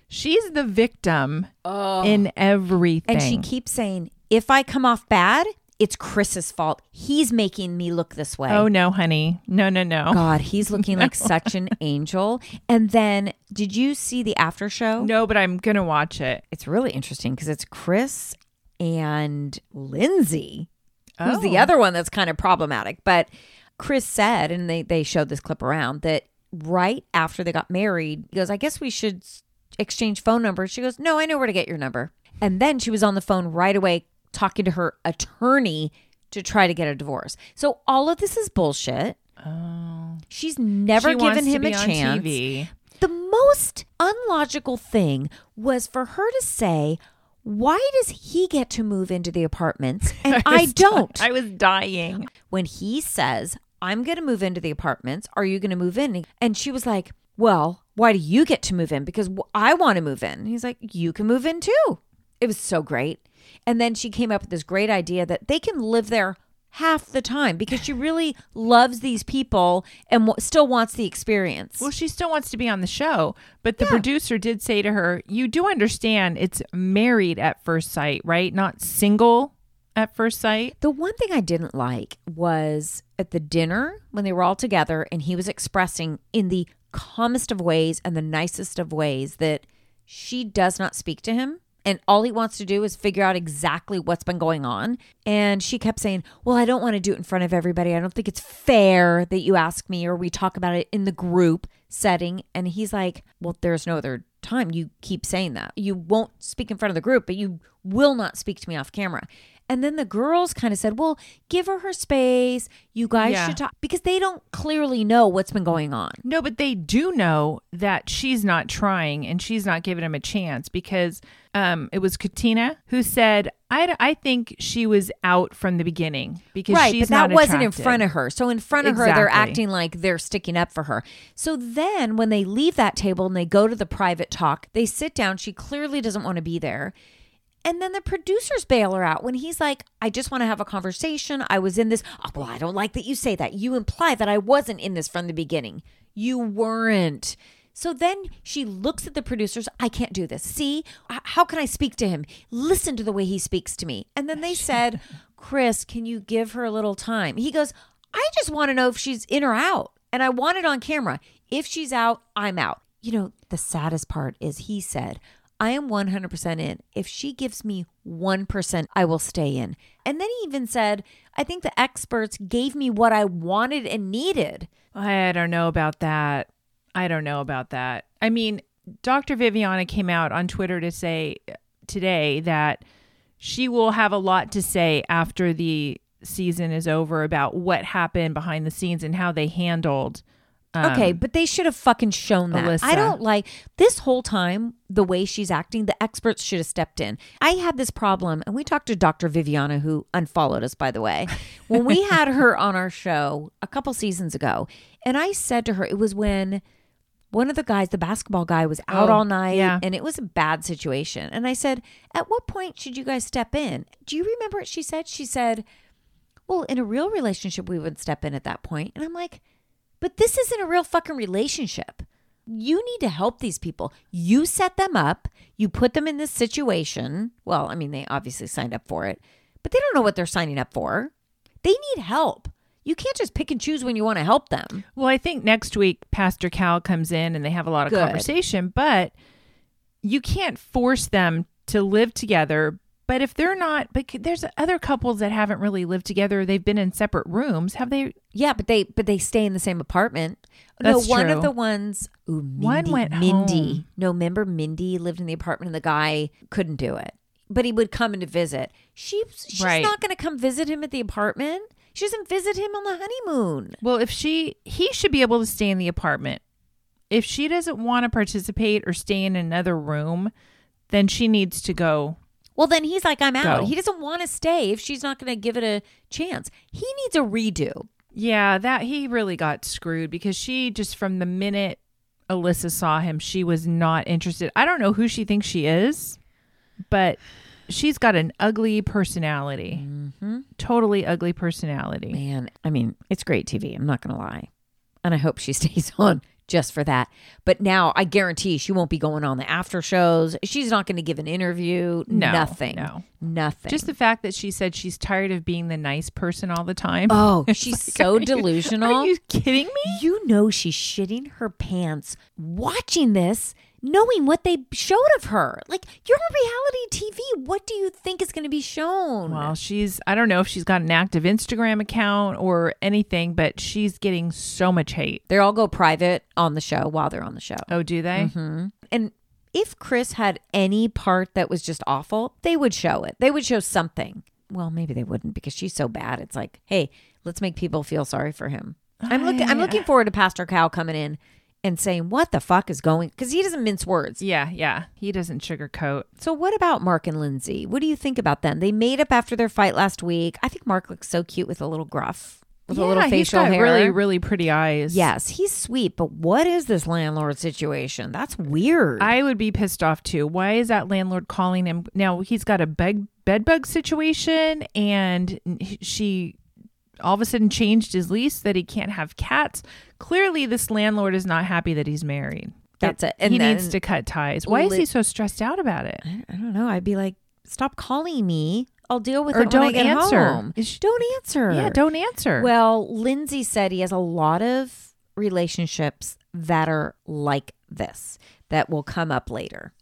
She's the victim in everything. And she keeps saying, if I come off bad, it's Chris's fault. He's making me look this way. oh no, honey. No, no, no. God, he's looking like such an angel. And then, did you see the after show? No, but I'm gonna watch it. It's really interesting because it's Chris and Lindsay, who's Oh. the other one that's kind of problematic. But Chris said, and they, they showed this clip around, that right after they got married, he goes, I guess we should s- exchange phone numbers. She goes, No, I know where to get your number. And then she was on the phone right away talking to her attorney to try to get a divorce. So all of this is bullshit. Oh. She's never She given wants to him be a on chance. TV. The most unlogical thing was for her to say, Why does he get to move into the apartments and I, was di- don't? I was dying. when he says, I'm going to move into the apartments, are you going to move in? And she was like, Well, why do you get to move in? Because w- I want to move in. And he's like, You can move in too. It was so great. And then she came up with this great idea that they can live there half the time because she really loves these people and w- still wants the experience. Well, she still wants to be on the show, but the producer did say to her, "You do understand it's married at first sight, right? Not single at first sight." The one thing I didn't like was at the dinner when they were all together and he was expressing in the calmest of ways and the nicest of ways that she does not speak to him. And all he wants to do is figure out exactly what's been going on. And she kept saying, Well, I don't want to do it in front of everybody. I don't think it's fair that you ask me or we talk about it in the group setting. And he's like, Well, there's no other time. You keep saying that. You won't speak in front of the group, but you will not speak to me off camera. And then the girls kind of said, Well, give her her space. You guys Yeah. should talk because they don't clearly know what's been going on. No, but they do know that she's not trying and she's not giving him a chance because um, it was Katina who said, I, I think she was out from the beginning because right, she's but that not wasn't in attracted." front of her. So in front of her, they're Exactly. acting like they're sticking up for her. So then when they leave that table and they go to the private talk, they sit down. She clearly doesn't want to be there. And then the producers bail her out when he's like, I just want to have a conversation. I was in this. Oh, well, I don't like that you say that. You imply that I wasn't in this from the beginning. You weren't. So then she looks at the producers. I can't do this. See, H- how can I speak to him? Listen to the way he speaks to me. And then they said, Chris, can you give her a little time? He goes, I just want to know if she's in or out. And I want it on camera. If she's out, I'm out. You know, the saddest part is he said, I am 100% in. If she gives me 1%, I will stay in. And then he even said, I think the experts gave me what I wanted and needed. I don't know about that. I don't know about that. I mean, Dr. Viviana came out on Twitter to say today that she will have a lot to say after the season is over about what happened behind the scenes and how they handled. um, Okay, but they should have fucking shown that. Alyssa. I don't like this whole time the way she's acting. The experts should have stepped in. I had this problem, and we talked to Dr. Viviana, who unfollowed us, by the way, when we had her on our show a couple seasons ago. And I said to her, it was when one of the guys, the basketball guy, was out Oh, all night, yeah. and it was a bad situation. And I said, at what point should you guys step in? Do you remember what she said? She said, well, in a real relationship, we would step in at that point. And I'm like, but this isn't a real fucking relationship. You need to help these people. You set them up, you put them in this situation. Well, I mean, they obviously signed up for it, but they don't know what they're signing up for. They need help. You can't just pick and choose when you want to help them. Well, I think next week Pastor Cal comes in and they have a lot of Good. conversation, but you can't force them to live together. But if they're not, but there's other couples that haven't really lived together. They've been in separate rooms. Have they? Yeah, but they but they stay in the same apartment. That's no, one true. of the ones. Ooh, Mindy, One went Mindy. home. No, remember Mindy lived in the apartment and the guy couldn't do it, but he would come in to visit. She she's Right. not going to come visit him at the apartment. She doesn't visit him on the honeymoon. Well, if she, he should be able to stay in the apartment. If she doesn't want to participate or stay in another room, then she needs to go. Well, then he's like, I'm out. Go. He doesn't want to stay if she's not going to give it a chance. He needs a redo. Yeah, that he really got screwed because she just from the minute Alyssa saw him, she was not interested. I don't know who she thinks she is, but she's got an ugly personality. Mm-hmm. Totally ugly personality. Man, I mean, it's great TV. I'm not going to lie. And I hope she stays on just for that. But now I guarantee she won't be going on the after shows. She's not going to give an interview. No, nothing. no. Nothing. Just the fact that she said she's tired of being the nice person all the time. oh, she's so delusional. Are you kidding me? You know she's shitting her pants watching this, knowing what they showed of her. Like you're on reality TV. What do you think is going to be shown? Well, she's I don't know if she's got an active Instagram account or anything, but she's getting so much hate. They all go private on the show while they're on the show. Oh, do they? Mm-hmm. And if Chris had any part that was just awful, they would show it. They would show something. Well, maybe they wouldn't because she's so bad. It's like, hey, let's make people feel sorry for him. I'm looking. I'm looking forward to Pastor Cal coming in and saying, "What the fuck is going?" Because he doesn't mince words. Yeah, yeah. He doesn't sugarcoat. So, what about Mark and Lindsay? What do you think about them? They made up after their fight last week. I think Mark looks so cute with a little gruff, with a little Yeah, he's facial got hair. Really, really pretty eyes. yes, he's sweet, but what is this landlord situation? That's weird. I would be pissed off too. Why is that landlord calling him? Now he's got a bed bed bug situation, and she all of a sudden changed his lease that he can't have cats. Clearly, this landlord is not happy that he's married. That's it. And he then- needs to cut ties. Why is Li- he so stressed out about it? I I don't know. I'd be like, stop calling me. I'll deal with Or it when I don't get answer. home. Is she- don't answer. Yeah, don't answer. Well, Lindsay said he has a lot of relationships that are like this that will come up later.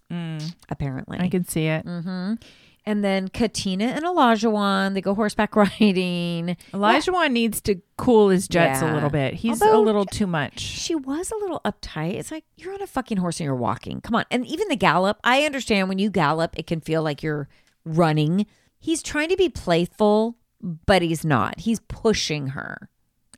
Apparently, Mm. I can see it. Mm. and then Katina and Olajuwon, they go horseback riding. Elijah Wan needs to cool his jets Yeah. a little bit. He's Although- a little too much. She was a little uptight. It's like you're on a fucking horse and you're walking. Come on. And even the gallop, I understand when you gallop, it can feel like you're running. He's trying to be playful, but he's not. He's pushing her.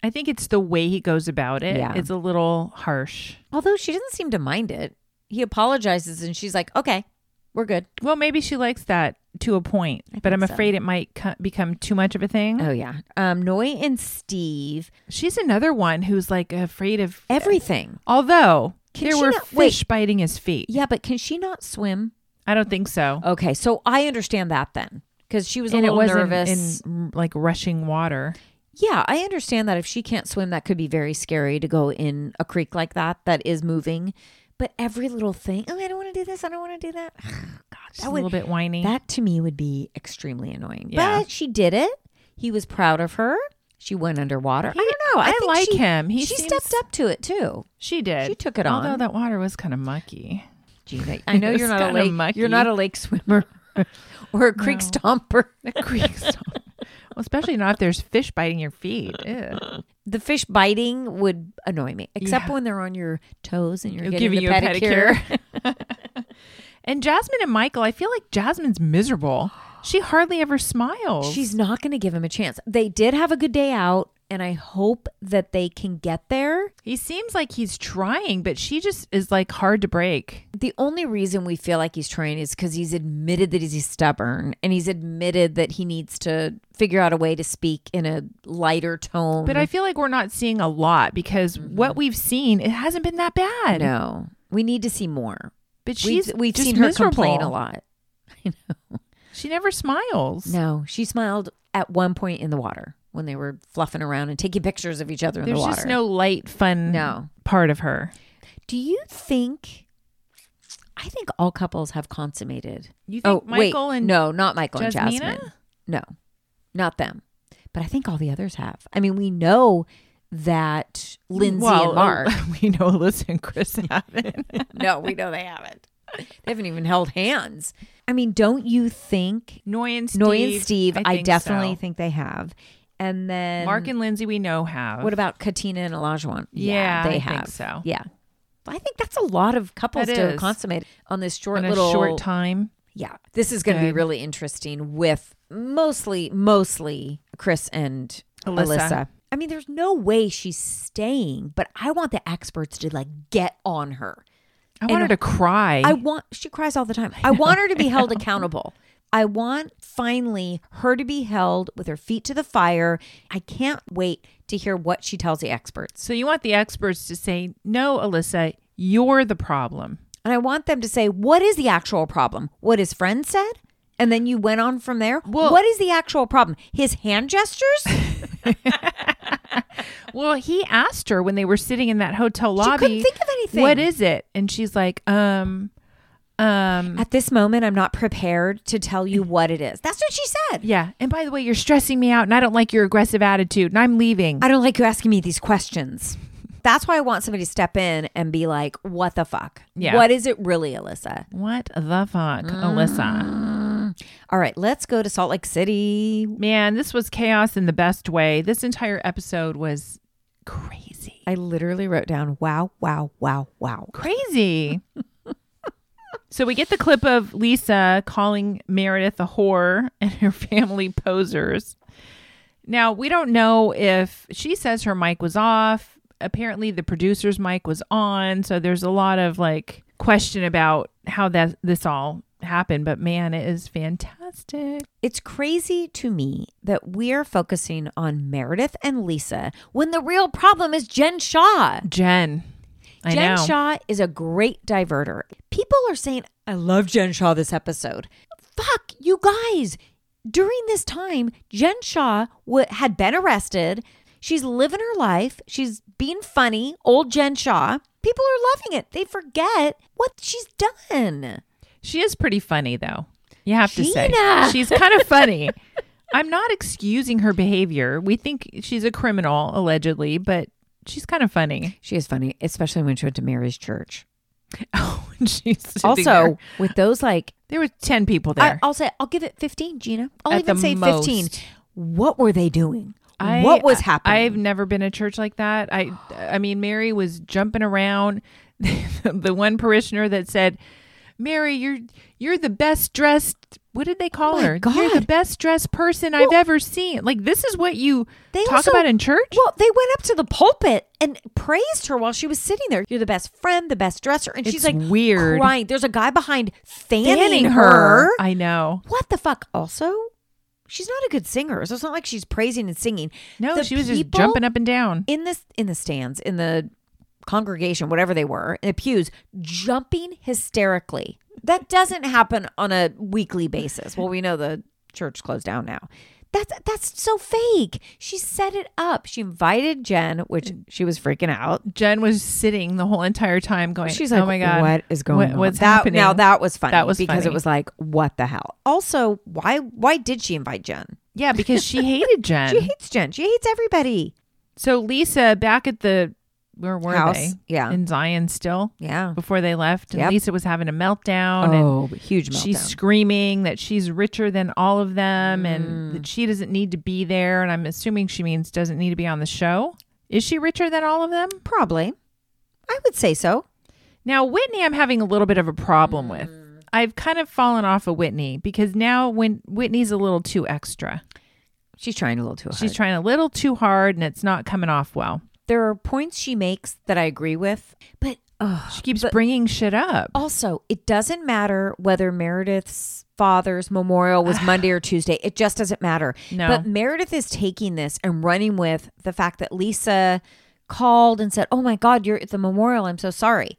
I think it's the way he goes about it. Yeah. It's a little harsh. Although she doesn't seem to mind it. He apologizes and she's like, "Okay, We're good. Well, maybe she likes that to a point, but I'm afraid it might co- become too much of a thing. Oh yeah. Um, Noi and Steve. She's another one who's like afraid of Everything. Although Can there she were not- wait. fish biting his feet. Yeah, but can she not swim? I don't think so. Okay, so I understand that then because she was a and it little wasn't nervous. in like rushing water. yeah, I understand that if she can't swim, that could be very scary to go in a creek like that that is moving. But every little thing, oh, I don't want to do this. I don't want to do that. She's That a would- little bit whiny. That to me would be extremely annoying. Yeah. But she did it. He was proud of her. She went underwater. I don't know. I think like she- him. He she seems- stepped up to it too. she did. she took it Although on. that water was kind of mucky. Gina, I know It's you're not a kinda lake. mucky. You're not a lake swimmer or a creek stomper. Creeks. well, especially not if there's fish biting your feet. Ew. The fish biting would annoy me, except Yeah. when they're on your toes and you're It'll getting give the you a pedicure. And Jasmine and Michael, I feel like Jasmine's miserable. She hardly ever smiles. She's not going to give him a chance. They did have a good day out, and I hope that they can get there. he seems like he's trying, but she just is like hard to break. The only reason we feel like he's trying is because he's admitted that he's stubborn and he's admitted that he needs to figure out a way to speak in a lighter tone. But I feel like we're not seeing a lot because Mm-hmm. what we've seen, it hasn't been that bad. know we need to see more. But We've- she's we've, just seen her miserable. complain a lot. She never smiles. No, she smiled at one point in the water when they were fluffing around and taking pictures of each other in There's the water. just no light, fun No. part of her. Do you think? I think all couples have consummated. You oh, think Michael wait, and no, not Michael Jasmina? and Jasmine. No, not them. But I think all the others have. I mean, we know that Lindsay Well, and Mark. We know Alyssa and Chris haven't. no, we know they haven't. They haven't even held hands. I mean, don't you think? Noy and Steve. Noy and Steve, I, think definitely so. think they have. And then Mark and Lindsay, we know have. What about Katina and Olajuwon? Yeah, they I have. think so. Yeah, I think that's a lot of couples That to is. consummate on this short in a little short time? Yeah, this is going to be Good. really interesting with mostly, mostly Chris and Alyssa. Alyssa. I mean, there's no way she's staying, but I want the experts to like get on her. I want her to cry. I want she cries all the time. I, want her to be held accountable. I want finally her to be held with her feet to the fire. I can't wait to hear what she tells the experts. so you want the experts to say, no, Alyssa, you're the problem. And I want them to say, what is the actual problem? What his friend said? And then you went on from there. Well- what is the actual problem? His hand gestures? Well, he asked her when they were sitting in that hotel lobby. couldn't think of anything. What is it? And she's like, um, um, At this moment, I'm not prepared to tell you what it is. That's what she said. yeah. And by the way, you're stressing me out, and I don't like your aggressive attitude, and I'm leaving. I don't like you asking me these questions. That's why I want somebody to step in and be like, what the fuck? Yeah. What is it really, Alyssa? what the fuck, Mm. Alyssa? All right, let's go to Salt Lake City. Man, this was chaos in the best way. This entire episode was crazy. I literally wrote down, wow, wow, wow, wow. Crazy. so we get the clip of Lisa calling Meredith a whore and her family posers. Now, we don't know if she says her mic was off. Apparently, the producer's mic was on. So there's a lot of like question about how that this all happened. But man, it is fantastic. It's crazy to me that we're focusing on Meredith and Lisa when the real problem is Jen Shaw. Jen. I Jen know. Shaw is a great diverter. People are saying, I love Jen Shaw this episode. Fuck, you guys. During this time, Jen Shaw w- had been arrested. She's living her life. She's being funny, old Jen Shaw. People are loving it. They forget what she's done. She is pretty funny, though. You have to Gina! say. She's kind of funny. I'm not excusing her behavior. We think she's a criminal, allegedly, but she's kind of funny. She is funny, especially when she went to Mary's church. Oh, and she's sitting Also, there. with those like there were 10 people I, there. will say I'll give it 15, Gina. I'll At even the say 15. most. What were they doing? I- what was I've happening? never been to church like that. I, I mean, Mary was jumping around. the one parishioner that said, Mary, you're you're the best dressed. What did they call my her? You're the God. best dressed person I've ever seen. Like this is what you They talk also- about in church. Well, they went up to the pulpit and praised her while she was sitting there. You're the best friend, the best dresser, and she's It's like weird. crying. There's a guy behind fanning, Fanning her. I know. what the fuck? Also, she's not a good singer, so it's not like she's praising and singing. No, The she was just people jumping up and down. in this in the stands in the congregation, whatever they were, in the pews, jumping hysterically. That doesn't happen on a weekly basis. Well, we know the church closed down now. That's that's so fake. She set it up. She invited Jen, which Mm. she was freaking out. Jen was sitting the whole entire time going, She's like, "Oh my god, what is going What- on? What's that, happening?" Now that was funny. That was because funny. it was like, what the hell? Also, why why did she invite Jen? yeah, because she hated Jen. She hates Jen. She hates everybody. so Lisa back at the where were House, they? yeah. in Zion still Yeah. before they left, and Yep. Lisa was having a meltdown. and Oh, huge meltdown. She's screaming that she's richer than all of them Mm. and that she doesn't need to be there. And I'm assuming she means doesn't need to be on the show. Is she richer than all of them? Probably. I would say so. Now, Whitney, I'm having a little bit of a problem with. Mm. I've kind of fallen off of Whitney because now when Whitney's a little too extra, She's trying a little too hard. she's trying a little too hard and it's not coming off well. there are points she makes that I agree with, but ugh. She keeps Uh, But- bringing shit up. also it doesn't matter whether Meredith's father's memorial was Monday or Tuesday. It just doesn't matter. No. But Meredith is taking this and running with the fact that Lisa called and said, "Oh my God, you're at the memorial. I'm so sorry."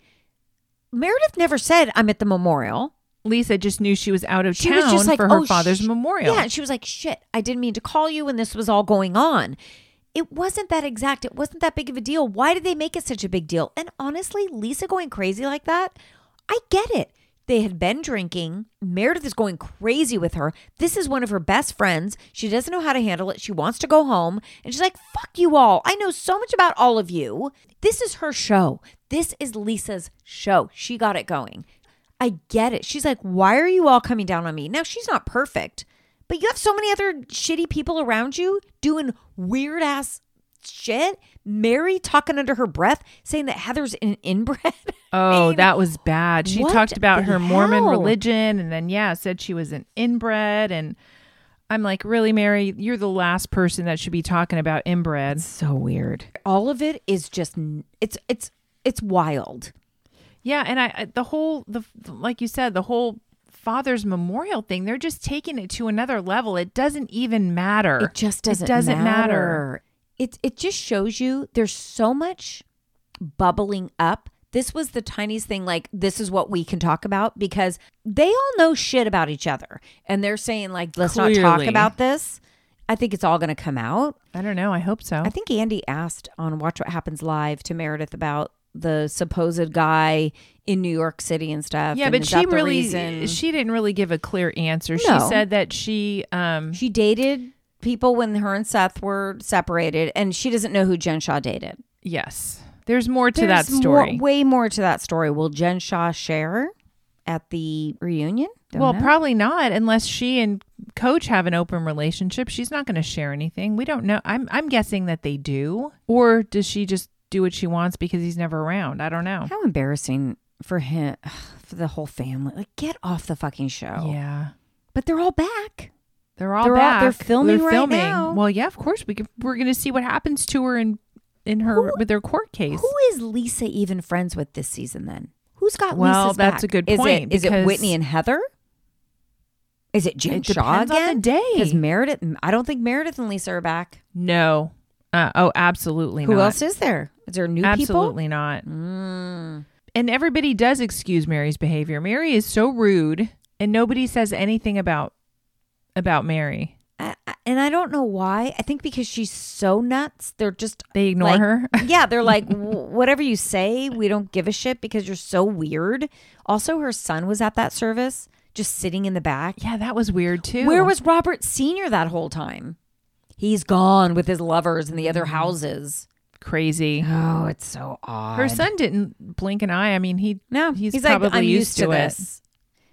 Meredith never said, "I'm at the memorial." Lisa just knew she was out of She town was just like, for her "Oh, father's sh- memorial. Yeah, and she was like, "Shit, I didn't mean to call you when this was all going on." It wasn't that exact. It wasn't that big of a deal. Why did they make it such a big deal? And honestly, Lisa going crazy like that, I get it. They had been drinking. Meredith is going crazy with her. This is one of her best friends. She doesn't know how to handle it. She wants to go home. And she's like, fuck you all. I know so much about all of you. This is her show. This is Lisa's show. She got it going. I get it. She's like, why are you all coming down on me? Now, she's not perfect, but you have so many other shitty people around you doing weird ass shit. Mary talking under her breath saying that Heather's an inbred. Oh, that was bad. She what talked about the her Mormon hell? religion and then, yeah, said she was an inbred. And I'm like, really, Mary, you're the last person that should be talking about inbred. So weird. All of it is just n- it's it's it's wild. Yeah. And I, I, the whole, the like you said, the whole father's memorial thing, they're just taking it to another level. It doesn't even matter. It just doesn't, it doesn't matter. It it just shows you there's so much bubbling up. This was the tiniest thing like this is what we can talk about because they all know shit about each other and they're saying like let's not talk Clearly. about this. I think it's all going to come out. I don't know. I hope so. I think Andy asked on Watch What Happens Live to Meredith about the supposed guy in New York City and stuff. yeah, and but is she that the really reason- she didn't really give a clear answer. She No. said that she um She dated people when her and Seth were separated, and she doesn't know who Jen Shaw dated. yes. There's more to that There's story. More, way more to that story. Will Jen Shaw share at the reunion? Don't well, know. probably not unless she and coach have an open relationship. She's not going to share anything. We don't know. I'm I'm guessing that they do. Or does she just do what she wants because he's never around? I don't know. how embarrassing for him, ugh, for the whole family. Like, get off the fucking show. Yeah. But they're all back. They're all They're all- back. they're filming right now. Well, yeah, of course we could, we're going to see what happens to her in in her with her court case. Who is Lisa even friends with this season? Then who's got? Well, Lisa's that's a back? good Is point, it, is it because- Whitney and Heather? Is it Jen It Shaw depends on the again? day. Because Meredith, I don't think Meredith and Lisa are back. No. Uh, oh, absolutely Who not. else is there? Is there new people? Mm. Absolutely not. And everybody does excuse Mary's behavior. Mary is so rude, and nobody says anything about about Mary. I, I- and I don't know why. I think because she's so nuts, they're just They ignore like- her. yeah, they're like "W- whatever you say, we don't give a shit because you're so weird. Also, her son was at that service, just sitting in the back. Yeah, that was weird too. Where was Robert Senior that whole time? He's gone with his lovers in the Mm. other houses. crazy? Oh, it's so odd. Her son didn't blink an eye. I mean, he no, he's, he's, probably like, I'm used to, it. this.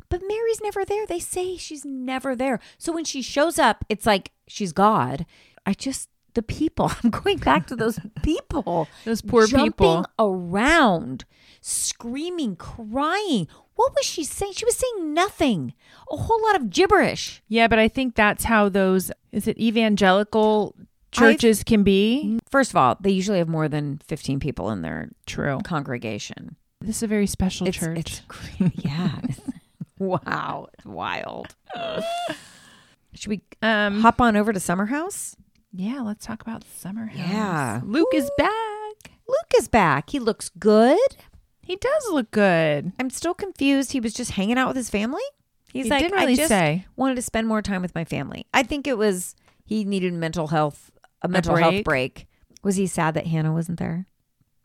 But Mary's never there. They say she's never there. So when she shows up, it's like she's God. I just the people. I'm going back to those people. Those poor jumping people. around, screaming, crying. What was she saying? She was saying nothing. A whole lot of gibberish. Yeah, but I think that's how those is it evangelical churches can be. First of all, they usually have more than 15 people in their True. congregation. This is a very special It's, church. it's cra- yeah. wow, it's wild. Should we um hop on over to Summer House? yeah, let's talk about summer house. Yeah. Luke is back. Luke is back. He looks good. He does look good. I'm still confused. He was just hanging out with his family. He's He like, didn't I really just say. wanted to spend more time with my family. I think it was he needed mental health a mental health break? break. Was he sad that Hannah wasn't there?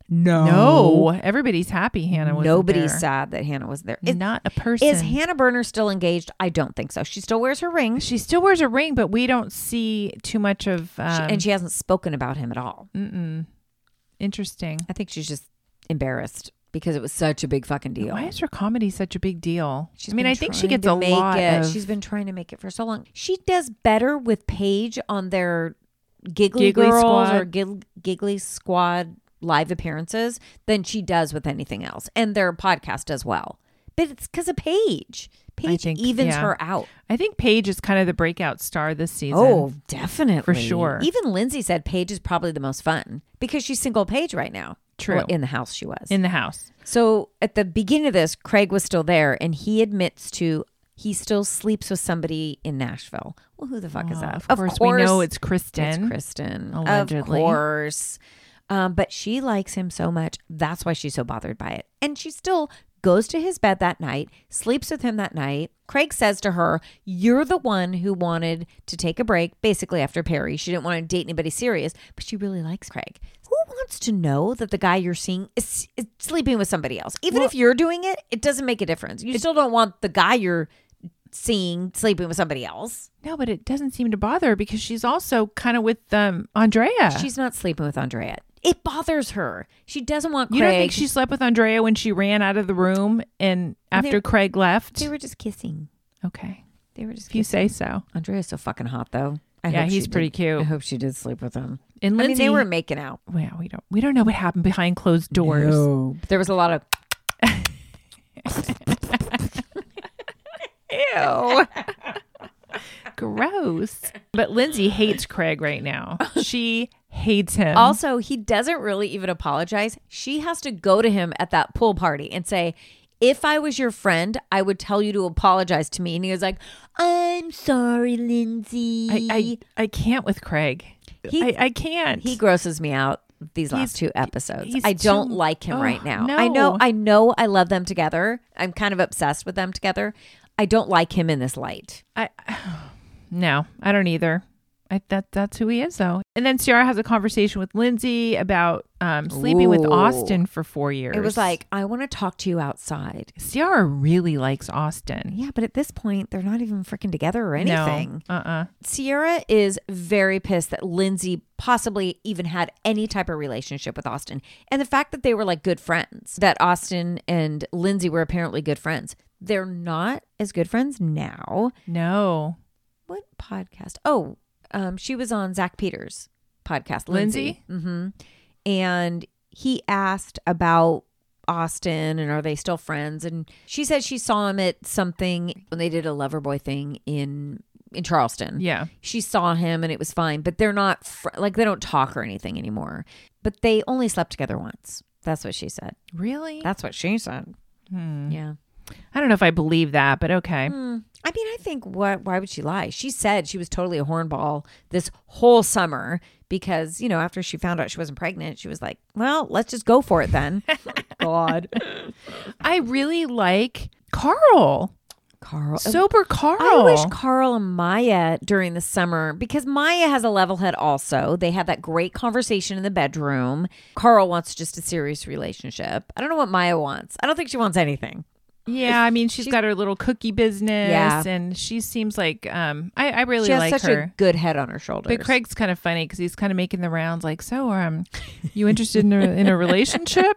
No. Everybody's happy Hannah was Nobody's sad that Hannah wasn't there. Is, Not a person. is Hannah Berner still engaged? I don't think so. She still wears her ring, she still wears a ring, but we don't see too much of she- um, Mm. and she hasn't spoken about him at all. mm-mm. interesting. I think she's just embarrassed because it was such a big fucking deal. Why is her comedy such a big deal? She's I mean, been I think she trying gets to a make lot it. of She's been trying to make it for so long. She does better with Paige on their Giggly, Giggly Girls Squad. or Gig- Giggly Squad live appearances than she does with anything else, and their podcast as well. But it's because of Paige. Paige think- evens yeah. her out. I think Paige is kind of the breakout star this season. Oh, definitely For sure. Even Lindsay said Paige is probably the most fun because she's single Paige right now. True. Well, in the house she was. in the house. So at the beginning of this, Craig was still there and he admits to he still sleeps with somebody in Nashville. Well, who the fuck is that? Uh, Of, course, we know it's Kristen. it's Kristen. Allegedly. Of course. Um, but she likes him so much. That's why she's so bothered by it. And she still goes to his bed that night, sleeps with him that night. Craig says to her, You're the one who wanted to take a break, basically after Perry. She didn't want to date anybody serious, but she really likes Craig. Who wants to know that the guy you're seeing is, is sleeping with somebody else? Even if you're doing it, it doesn't make a difference. You still don't want the guy you're seeing sleeping with somebody else. No, but it doesn't seem to bother her because she's also kind of with um, Andrea. She's not sleeping with Andrea. It bothers her. She doesn't want you Craig. don't think she slept with Andrea when she ran out of the room and after Craig left? They were just kissing. okay, They were just. if you say so. Andrea's so fucking hot though. I Yeah, hope she he's pretty did- cute. I hope she did sleep with him. And I mean, Lindsay, they were making out. well, we don't we don't know what happened behind closed doors. There was a lot of. Ew. Gross. but Lindsay hates Craig right now. She hates him. Oh. Also, he doesn't really even apologize. She has to go to him at that pool party and say, if I was your friend, I would tell you to apologize to me. And he was like, I'm sorry, Lindsay. I, I I can't with Craig. He- I, I can't. He grosses me out these last two episodes. he's I don't too- like him Oh, right now. I know no. I know I love them together. I'm kind of obsessed with them together. I don't like him in this light. I no, I don't either. I that that's who he is though. And then Ciara has a conversation with Lindsay about um, sleeping with Ooh. Austin for four years. It was like, I want to talk to you outside. Ciara really likes Austin. Yeah, but at this point, they're not even freaking together or anything. No, uh-uh. Sierra is very pissed that Lindsay possibly even had any type of relationship with Austin. And the fact that they were like good friends, that Austin and Lindsay were apparently good friends. They're not as good friends now. No. what podcast? Oh, um, she was on Zach Peters' podcast, Lindsay. Lindsay? hmm And he asked about Austin and are they still friends? And she said she saw him at something when they did a lover boy thing in in Charleston. Yeah. She saw him and it was fine, but they're not fr- like they don't talk or anything anymore. But they only slept together once. That's what she said. Really? That's what she said. Hmm. Yeah. I don't know if I believe that, but okay. I mean, I think what? Why would she lie? She said she was totally a hornball this whole summer because you know after she found out she wasn't pregnant, she was like, "Well, let's just go for it then." God, I really like Carl. Carl. Sober Carl. Oh, I wish Carl and Maya during the summer because Maya has a level head. Also, they had that great conversation in the bedroom. Carl wants just a serious relationship. I don't know what Maya wants. I don't think she wants anything. yeah, I mean, she's got her little cookie business, Yeah. and she seems like um, I, I really she has like such her. a good head on her shoulders. But Craig's kind of funny because he's kind of making the rounds, like, "So, um, you interested in a in a relationship?"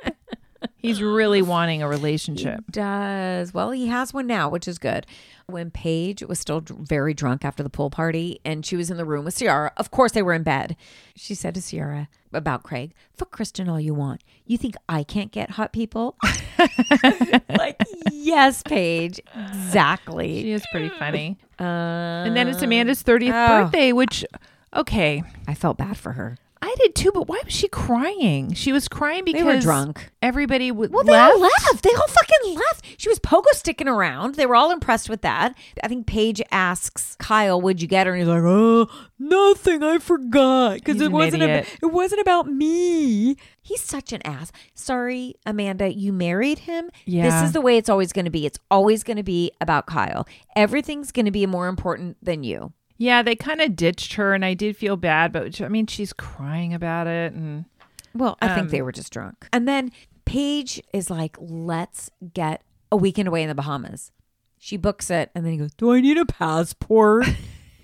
He's really wanting a relationship. Does well, he has one now, which is good. When Paige was still dr- very drunk after the pool party and she was in the room with Ciara, of course they were in bed. She said to Ciara about Craig, fuck Kristen all you want. You think I can't get hot people? like, yes, Paige, exactly. She is pretty funny. Uh, And then it's Amanda's 30th Oh. birthday, which, okay, I felt bad for her. I did too, but why was she crying? She was crying because were drunk. Everybody would Well, they all left. They all fucking left. She was pogo sticking around. They were all impressed with that. I think Paige asks Kyle, "Would you get her?" And he's like, "Oh, nothing. I forgot because He's it an wasn't. ab- idiot. it wasn't about me." He's such an ass. Sorry, Amanda. You married him. Yeah. This is the way it's always going to be. It's always going to be about Kyle. Everything's going to be more important than you. Yeah, they kind of ditched her, and I did feel bad, but I mean, she's crying about it, and Well, I think they Um, were just drunk. And then Paige is like, let's get a weekend away in the Bahamas. She books it and then he goes, Do I need a passport?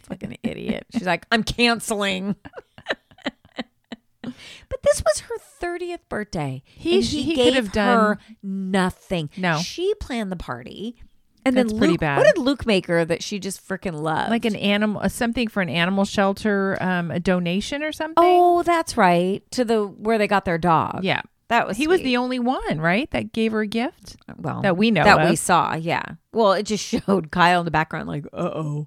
Fucking idiot. She's like, I'm canceling. but this was her 30th birthday. He- and he could have done- her nothing. No. She planned the party. And That's then pretty Luke, bad. what did Luke make her that she just freaking loved? like an animal, something for an animal shelter, um, a donation or something. Oh, that's right. To the where they got their dog. yeah, That was he was sweet. the only one, right, that gave her a gift. well That we know that we of. saw yeah well it just showed kyle in the background like uh-oh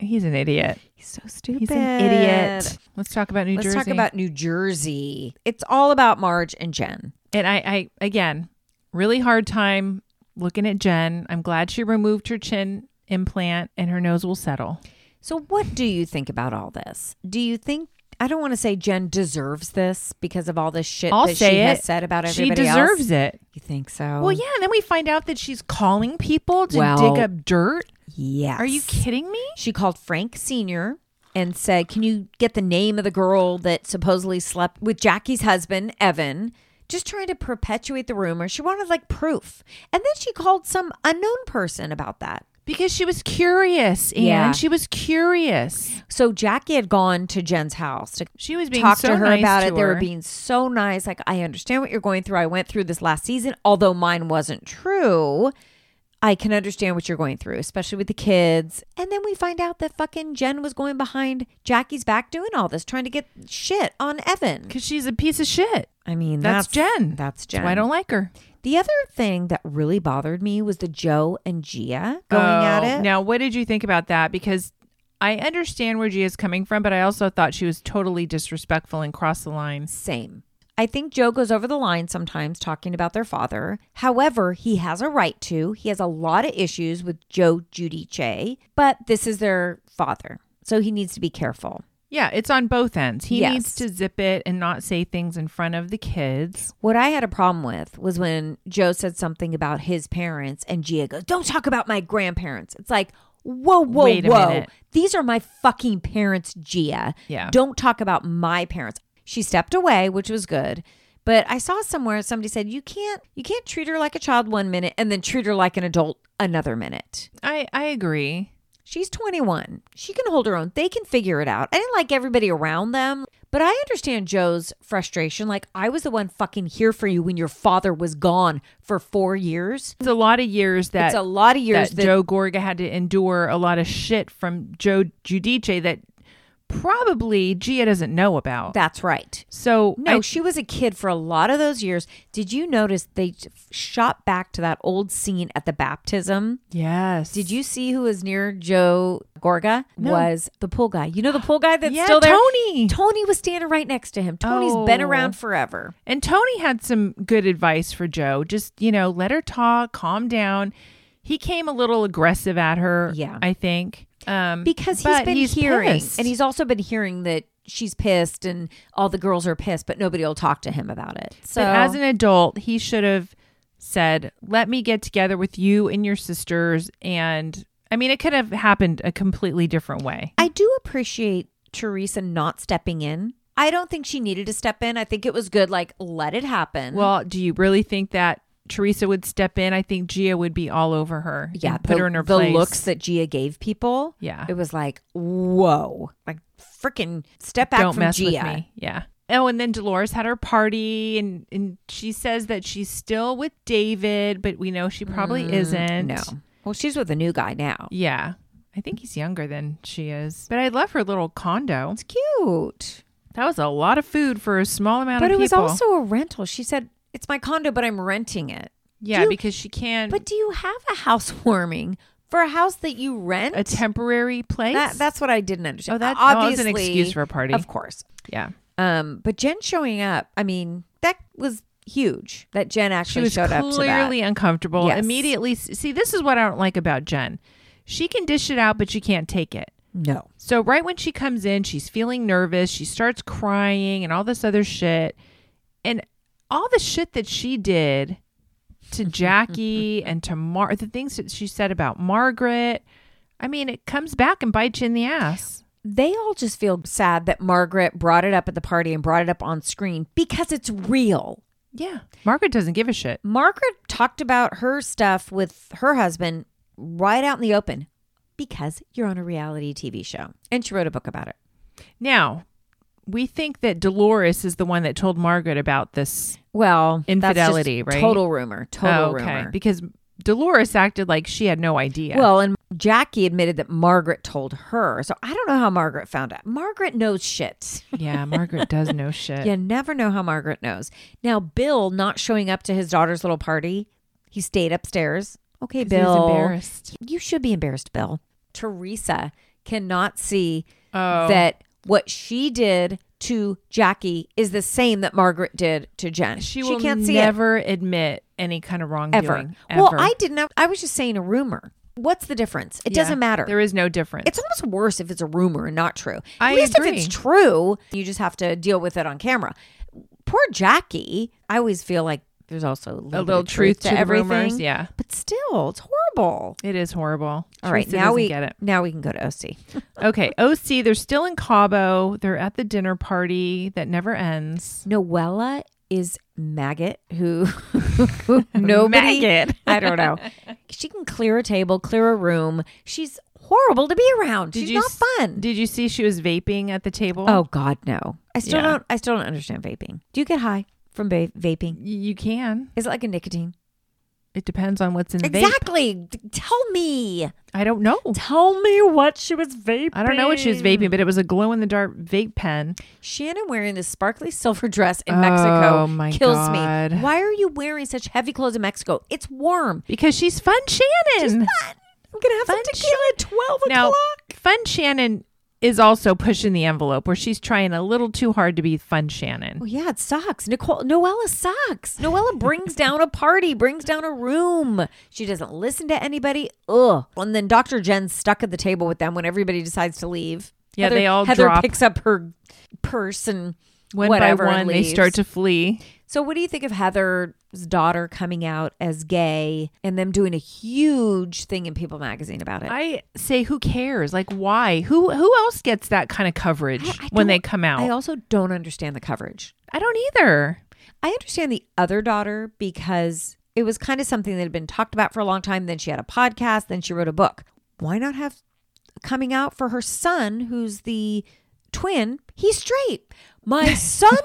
He's an idiot. he's so stupid He's an idiot. Let's talk about New let's Jersey. talk about new jersey it's all about marge and jen and I, I again, really hard time looking at Jen. I'm glad she removed her chin implant, and her nose will settle. so what do you think about all this do you think I don't want to say Jen deserves this because of all this shit I'll that say she it. has said about She everybody else. deserves it. You think so? Well, yeah, and then we find out that she's calling people to Well- dig up dirt. Yes. Are you kidding me? She called Frank Sr. and said, Can you get the name of the girl that supposedly slept with Jackie's husband, Evan? Just trying to perpetuate the rumor. She wanted like proof. And then she called some unknown person about that. Because she was curious, and Yeah. she was curious. So Jackie had gone to Jen's house to She was being talk so to her nice about to it. They were her. being so nice. Like, I understand what you're going through. I went through this last season, although mine wasn't true. I can understand what you're going through, especially with the kids. And then we find out that fucking Jen was going behind Jackie's back doing all this, trying to get shit on Evan. because she's a piece of shit. I mean, That's, that's, Jen. That's That's Jen. why I don't like her. the other thing that really bothered me was the Joe and Gia going at Oh, it. Now, what did you think about that? Because I understand where Gia's coming from, but I also thought she was totally disrespectful and crossed the lines. Same. I think Joe goes over the line sometimes talking about their father. However, he has a right to. He has a lot of issues with Joe Giudice, but this is their father. So he needs to be careful. Yeah, it's on both ends. He Yes. needs to zip it and not say things in front of the kids. What I had a problem with was when Joe said something about his parents and Gia goes, Don't talk about my grandparents. It's like, Whoa, whoa, Wait a whoa. minute. These are my fucking parents, Gia. Yeah. Don't talk about my parents. She stepped away, which was good. But I saw somewhere somebody said you can't you can't treat her like a child one minute and then treat her like an adult another minute. I I agree. She's 21. She can hold her own. They can figure it out. I didn't like everybody around them, but I understand Joe's frustration. Like I was the one fucking here for you when your father was gone for 4 years. It's a lot of years that it's a lot of years that, Joe Gorga had to endure a lot of shit from Joe Giudice that probably Gia doesn't know about. that's right. so No, I- she was a kid for a lot of those years. Did you notice they shot back to that old scene at the baptism? yes. Did you see who was near Joe Gorga? Was the pool guy. You know the pool guy that's Yeah, still there? Tony. Tony was standing right next to him. Tony's been Oh. around forever. And Tony had some good advice for Joe. Just, you know, let her talk, calm down. He came a little aggressive at her, Yeah. I think. Um Because he's but been hearing pissed. and he's also been hearing that she's pissed and all the girls are pissed, but nobody will talk to him about it. So But as an adult, he should have said, "Let me get together with you and your sisters." And I mean, it could have happened a completely different way. I do appreciate Teresa not stepping in. I don't think she needed to step in. I think it was good, like, let it happen. Well, do you really think that Teresa would step in? I think Gia would be all over her. and yeah, put the, her in her the place. looks that Gia gave people. Yeah. It was like, whoa. Like, freaking step back Don't from mess Gia. with me. Yeah, Oh, and then Dolores had her party, and, and she says that she's still with David, but we know she probably isn't. Mm, No. Well, she's with a new guy now. Yeah. I think he's younger than she is. But I love her little condo. It's cute. That was a lot of food for a small amount But of it was people. also a rental. She said, It's my condo, but I'm renting it. yeah, Do- because she can But do you have a housewarming for a house that you rent? a temporary place. That, that's what I didn't understand. Oh, that- oh, that was obviously an excuse for a party. Of course. yeah. Um, but Jen showing up, I mean, that was huge that Jen She actually was showed up to that. clearly uncomfortable. Yes. Immediately see this is what I don't like about Jen. She can dish it out, but she can't take it. No. So right when she comes in, she's feeling nervous. She starts crying and all this other shit. And all the shit that she did to Jackie and to Mar the things that she said about Margaret. I mean, it comes back and bites you in the ass. They all just feel sad that Margaret brought it up at the party and brought it up on screen because it's real. Yeah. Margaret doesn't give a shit. Margaret talked about her stuff with her husband right out in the open because you're on a reality TV show. And she wrote a book about it. Now, we think that Dolores is the one that told Margaret about this Well, that's just Infidelity, right? Total rumor. Total Oh, rumor. Because Dolores acted like she had no idea. Well, and Jackie admitted that Margaret told her. So I don't know how Margaret found out. Margaret knows shit. yeah, Margaret does know shit. you never know how Margaret knows. Now, Bill not showing up to his daughter's little party, he stayed upstairs. Okay, He was Bill. embarrassed. You should be embarrassed, Bill. Teresa cannot see Oh. that what she did to Jackie is the same that Margaret did to Jen. She will can't see it. never admit any kind of wrongdoing. ever. Ever. Well, I didn't. Know, I was just saying a rumor. What's the difference? It Yeah. doesn't matter. There is no difference. it's almost worse if it's a rumor and not true. At I least agree. if it's true, you just have to deal with it on camera. Poor Jackie. I always feel like there's also a little, bit a of little truth, to, to the everything. rumors, Yeah, But still, it's horrible. it is horrible. All right, Teresa now doesn't we get it. now we can go to OC. Okay, OC. They're still in Cabo. They're at the dinner party that never ends. Noella is maggot who nobody Maggot. I don't know. She can clear a table, clear a room. She's horrible to be around. She's not s- fun. Did you see she was vaping at the table? oh God, no. I still Yeah. don't. I still don't understand vaping. Do you get high from va- vaping? Y- you can. Is it like a nicotine? It depends on what's in the vape. Exactly. D- Tell me. I don't know. Tell me what she was vaping. I don't know what she was vaping, but it was a glow in the dark vape pen. Shannon wearing this sparkly silver dress in Oh, Mexico my kills me. God. Why are you wearing such heavy clothes in Mexico? It's warm. Because she's fun, Shannon. I'm gonna have Fun some tequila at twelve Now, o'clock. Fun Shannon is also pushing the envelope where she's trying a little too hard to be Fun Shannon. Well, Oh, yeah, it sucks. Nicole, Noella sucks. Noella brings down a party, brings down a room. She doesn't listen to anybody. Ugh. And then Dr. Jen's stuck at the table with them when everybody decides to leave. Yeah, they all Heather drop. picks up her purse and One whatever by and one, they leaves. start to flee. So, what do you think of Heather's daughter coming out as gay and them doing a huge thing in People Magazine about it? I say, who cares? Like, why? Who who else gets that kind of coverage I when they don't- come out? I also don't understand the coverage. I don't either. I understand the other daughter because it was kind of something that had been talked about for a long time. Then she had a podcast, then she wrote a book. Why not have coming out for her son, who's the twin? He's straight. My son,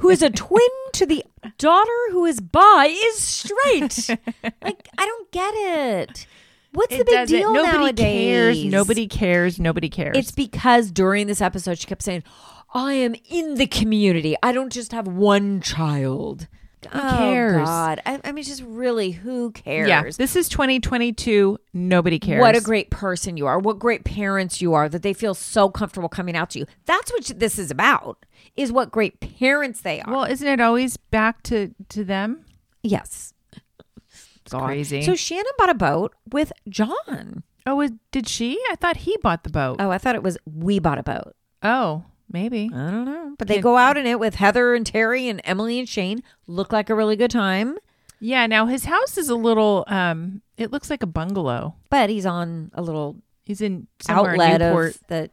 who is a twin to the daughter who is bi, is straight. Like, I don't get it. What's the It big doesn't- deal Nobody nowadays? cares. Nobody cares. Nobody cares. It's because during this episode, she kept saying, I am in the community. I don't just have one child. Who cares? Oh, God. I, I mean, just really, who cares? yeah. This is 2022. Nobody cares. What a great person you are. What great parents you are that they feel so comfortable coming out to you. That's what this is about, is what great parents they are. Well, isn't it always back to to them? yes. It's crazy. So Shannon bought a boat with John. oh, it- did she? I thought he bought the boat. Oh, I thought it was we bought a boat. Oh, maybe. I don't know. But they go out in it with Heather and Terry and Emily and Shane. Look like a really good time. Yeah, now his house is a little um it looks like a bungalow. but he's on a little He's in somewhere outlet in Newport. of that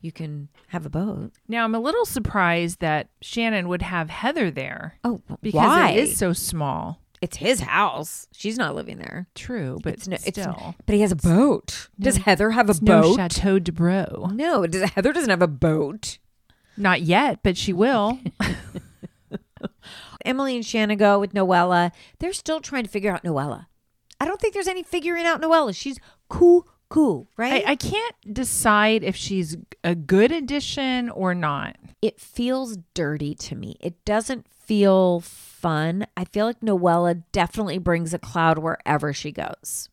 you can have a boat. Now I'm a little surprised that Shannon would have Heather there Oh, because why? it is so small. It's his house. She's not living there. True, but It's no, it's, still. but he has a boat. does Heather have a no boat? Chateau de Bro. No, does, Heather doesn't have a boat. Not yet, but she will. Emily and Shanna go with Noella. They're still trying to figure out Noella. I don't think there's any figuring out Noella. She's cool, cool, I, right? I can't decide if she's a good addition or not. it feels dirty to me. It doesn't feel fun. I feel like Noella definitely brings a cloud wherever she goes.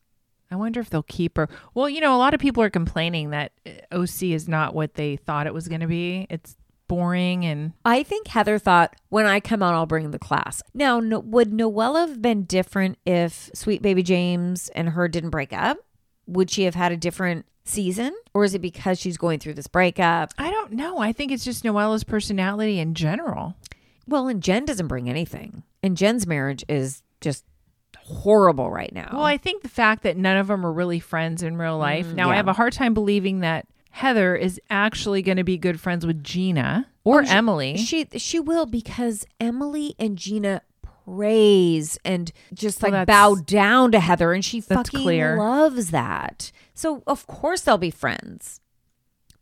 I wonder if they'll keep her. Well, you know, a lot of people are complaining that uh, OC is not what they thought it was going to be. It's boring and I think Heather thought, when I come out, I'll bring the class. Now, no, would Noella have been different if Sweet Baby James and her didn't break up? Would she have had a different season? Or is it because she's going through this breakup? I don't know. I think it's just Noella's personality in general. Well, and Jen doesn't bring anything. And Jen's marriage is just horrible right now. Well, I think the fact that none of them are really friends in real life. Mm, now, I have a hard time believing that Heather is actually going to be good friends with Gina or Oh, Emily. she she will because Emily and Gina praise and just Well, like Oh, that's- bow down to Heather and she that's fucking clear. loves that. So of course they'll be friends.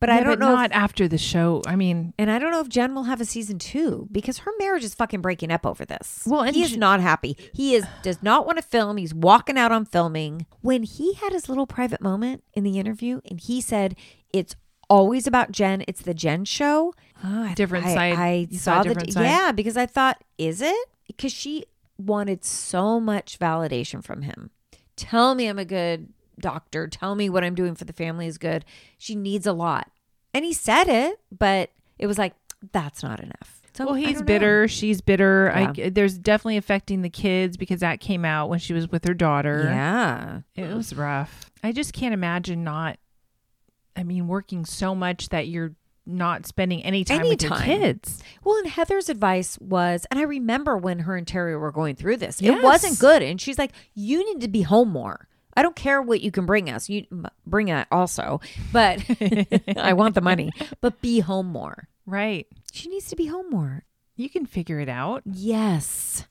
But I Yeah, don't know if- Not after the show. I mean, and I don't know if Jen will have a season 2 because her marriage is fucking breaking up over this. Well, and he is J- not happy. He is does not want to film. He's walking out on filming. When he had his little private moment in the interview and he said it's always about Jen. It's the Jen show. Oh, I- Ah, Different I- side. I You saw saw, a the different side? yeah because I thought is it because she wanted so much validation from him. Tell me I'm a good doctor. Tell me what I'm doing for the family is good. She needs a lot, and he said it, but it was like that's not enough. So well, Oh, I he's don't know. bitter. She's bitter. Yeah. I, there's definitely affecting the kids because that came out when she was with her daughter. Yeah, It was rough. I just can't imagine not. I mean, working so much that you're not spending any time with your Anytime. kids. Well, and Heather's advice was, and I remember when her and Terry were going through this, Yes. it wasn't good. And she's like, "You need to be home more. I don't care what you can bring us. You m- bring that also, but I want the money. But be home more. Right. She needs to be home more. You can figure it out. Yes,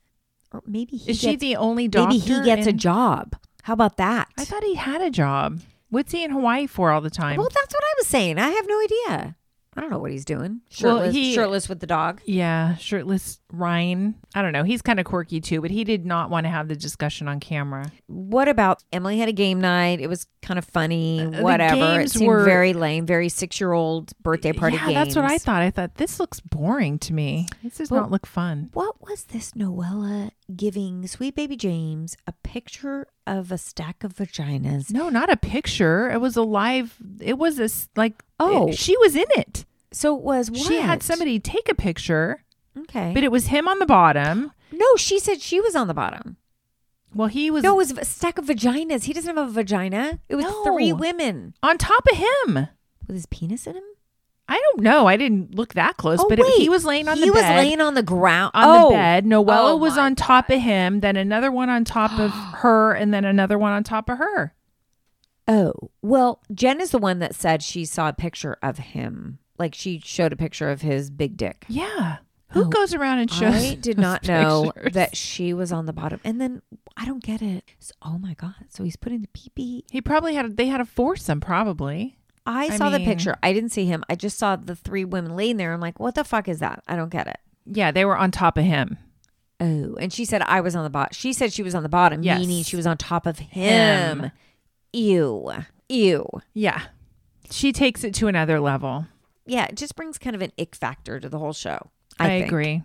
or maybe he Is she gets, the only doctor? maybe he gets a in- job. How about that? I thought he had a job. What's he in Hawaii for all the time? well, that's what I was saying. I have no idea. I don't know what he's doing. Well, Shirtless, he- shirtless with the dog. yeah, shirtless Ryan. I don't know. He's kind of quirky too, but he did not want to have the discussion on camera. what about Emily had a game night? It was kind of funny. Whatever. It games seemed were- very lame. Very six-year-old birthday party yeah, games. that's what I thought. I thought this looks boring to me. This does Well- not look fun. What was this Noella giving sweet baby James a picture of a stack of vaginas? No, not a picture. It was a live. It was a s- like. Oh. she was in it. So it was what? She had somebody take a picture, Okay. but it was him on the bottom. no, she said she was on the bottom. Well, he was No, it was a stack of vaginas. He doesn't have a vagina. It was No. three women on top of him. with his penis in him. I don't know. I didn't look that close, oh, but it, wait. he was laying on he the was bed. laying on the ground on oh. the bed. Noella Oh was my on top of him, then another one on top of her, and then another one on top of her. Oh, well, Jen is the one that said she saw a picture of him. Like she showed a picture of his big dick. Yeah. Who Oh, goes around and shows? I did those not know pictures? that she was on the bottom. And then I don't get it. So- oh my God. So he's putting the pee pee. He probably had. They had a foursome, probably. I, I saw the mean- picture. I didn't see him. I just saw the three women laying there. I'm like, what the fuck is that? I don't get it. Yeah, they were on top of him. Oh, and she said I was on the bottom. She said she was on the bottom, Yes. meaning she was on top of him. Him. Ew. Ew. Yeah. She takes it to another level. Yeah, it just brings kind of an ick factor to the whole show. I, I, think. agree.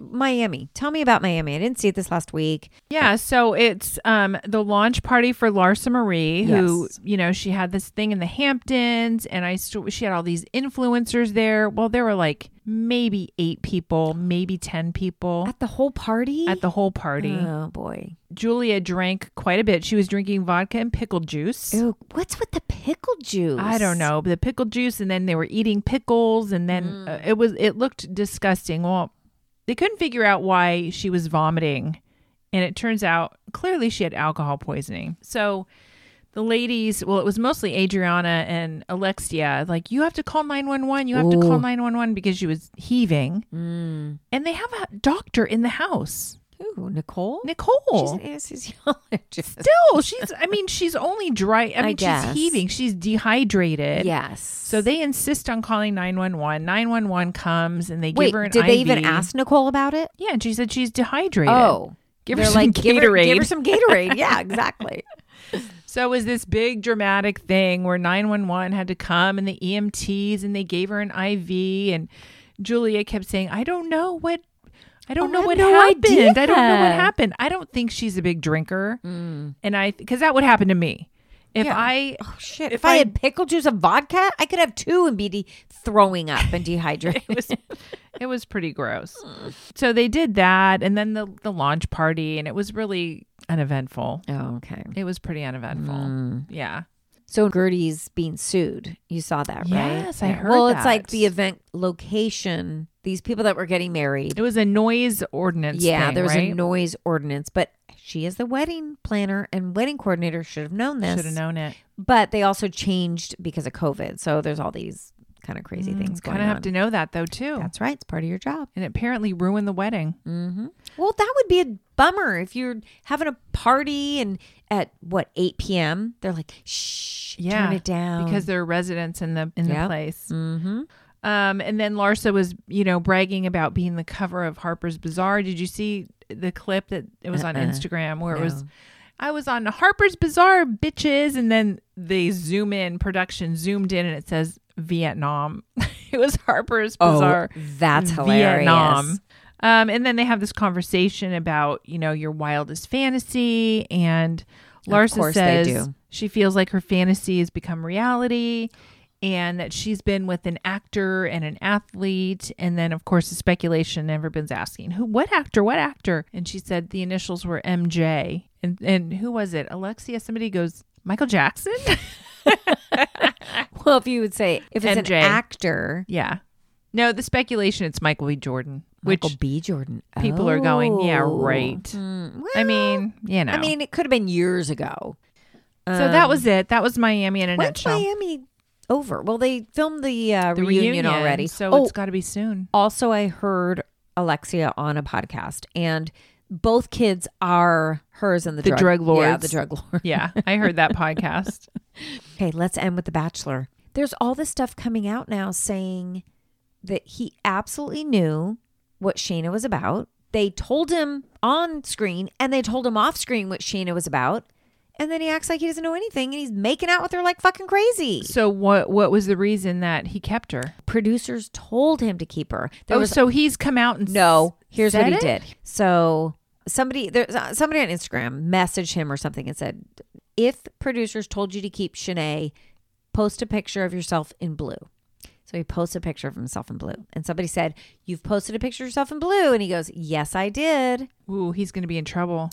Miami. Tell me about Miami. I didn't see it this last week. Yeah, so it's um the launch party for Larsa Marie, who Yes. you know she had this thing in the Hamptons, and I st- she had all these influencers there. Well, there were like maybe eight people, maybe ten people at, At the whole party? Oh. the whole party. Oh boy. Julia drank quite a bit. She was drinking vodka and pickle juice. Ew, what's with the pickle juice? I don't know the pickle juice, and then they were eating pickles, and then uh, it was it looked disgusting. Well, they couldn't figure out why she was vomiting, and it turns out clearly she had alcohol poisoning. So the ladies, well, it was mostly Adriana and Alexia, like you have to call nine one one, you have to call Ooh. nine one one because she was heaving, and they have a doctor in the house. Who? Nicole? Nicole. She's an anesthesiologist. Still, she's. I mean, she's only dry. I mean, guess. she's heaving. She's dehydrated. Yes. So they insist on calling nine one one. Nine one one comes and they Wait, give her an did they even IV. ask Nicole about it? Yeah, and she said she's dehydrated. Oh, give her they're some like Gatorade. give her, give her some Gatorade. Yeah, exactly. So it was this big dramatic thing where 911 had to come and the EMTs and they gave her an IV and Julia kept saying, "I don't know what I don't Oh, know I what have no happened. I don't know what idea." Mm. happened. I don't think she's a big drinker." And I cuz that would happen to me. If Yeah. I Oh, shit. If, If I, I- had pickle juice and vodka, I could have two and be de- throwing up and dehydrated. it was pretty gross. so they did that and then the the launch party and it was really uneventful. oh, okay. It was pretty uneventful. Mm. Yeah. So Gertie's being sued. You saw that, right? Yes, I heard Well, it's like that. the event location. These people that were getting married. It was a noise ordinance yeah, thing, there was right? a noise ordinance, but she is the wedding planner and wedding coordinator. Should have known this. Should have known it. But they also changed because of COVID. So there's all these kind of crazy things going Kind of have on. to know that though too. That's right. It's part of your job. and it apparently ruined the wedding. Mm, Well, that would be a bummer if you're having a party and at what eight p.m. They're like, shh, Yeah, turn it down because there are residents in the in Yep. the place. Mm-hmm. Um, and then Larsa was, you know, bragging about being the cover of Harper's Bazaar. Did you see the clip that it was on Uh-uh. Instagram where it was? I was on Harper's Bazaar, bitches, and then they zoom in. Production zoomed in, and it says Vietnam. it was Harper's Oh, Bazaar. that's hilarious. Vietnam. Um, and then they have this conversation about, you know, your wildest fantasy. And Larsa course they says do. she feels like her fantasy has become reality and that she's been with an actor and an athlete. And then, of course, the speculation everyone's asking, who, what actor, what actor? And she said the initials were MJ. And, and who was it? Alexia, somebody goes, Michael Jackson? Well, if you would say if it's MJ. an actor, yeah. No, the speculation, it's Michael B. Jordan, which Michael B. Jordan, people are going, yeah, Oh. right. Mm, well, I mean, you know. I mean, it could have been years ago. so that was it. That was Miami in a When's nutshell. Miami over? Well, they filmed the, uh, The reunion, already. So oh, it's got to be soon. also I heard Alexia on a podcast, and both kids are hers and the, The drug Yeah, lords. the drug lord. Yeah, I heard that podcast. Okay, let's end with The Bachelor. There's all this stuff coming out now saying that he absolutely knew what Shayna was about. They told him on screen and they told him off screen what Shayna was about. And then he acts like he doesn't know anything and he's making out with her like fucking crazy. So what what was the reason that he kept her? Producers told him to keep her. There oh, was so he's come out and No, s- here's what said he it? did. So somebody there's uh, somebody on Instagram messaged him or something and said, "If producers told you to keep Shanae, post a picture of yourself in blue." So he posts a picture of himself in blue, and somebody said, "You've posted a picture of yourself in blue," and he goes, "Yes, I did." Ooh, he's going to be in trouble.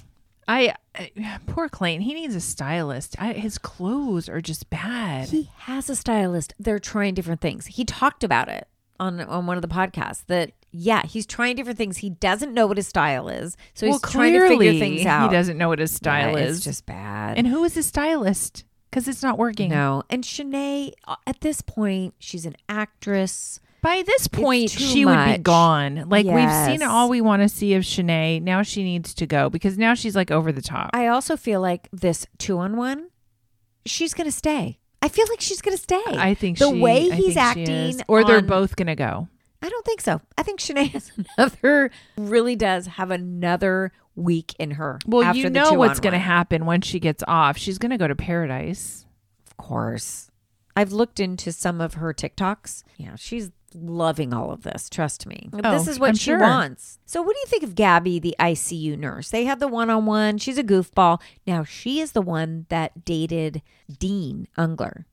I, I poor Clayton. He needs a stylist. I, his clothes are just bad. He has a stylist. They're trying different things. He talked about it on on one of the podcasts that yeah, he's trying different things. He doesn't know what his style is, so he's well, trying clearly to figure things out. he doesn't know what his Yeah, style it's is. just bad. and who is his stylist? Because it's not working. No. And Shanae, uh, at this point, she's an actress. By this point, too she would be much. gone. Like we've seen Yes. all we want to see of Shanae. Now she needs to go because now she's like over the top. I also feel like this two on one, she's going to stay. I feel like she's going to stay. I think the she- I way think he's she acting, is. or they're on- both gonna go. I don't think so. I think Shanae has another, really does have another week in her. Well, after the you know what's gonna two-on-one. happen when she gets off. She's gonna go to paradise. Of course. I've looked into some of her TikToks. Yeah, she's loving all of this. Trust me. this is what Oh, I'm she sure. wants. So, what do you think of Gabby, the ICU nurse? They had the one on one. She's a goofball. Now, she is the one that dated Dean Ungler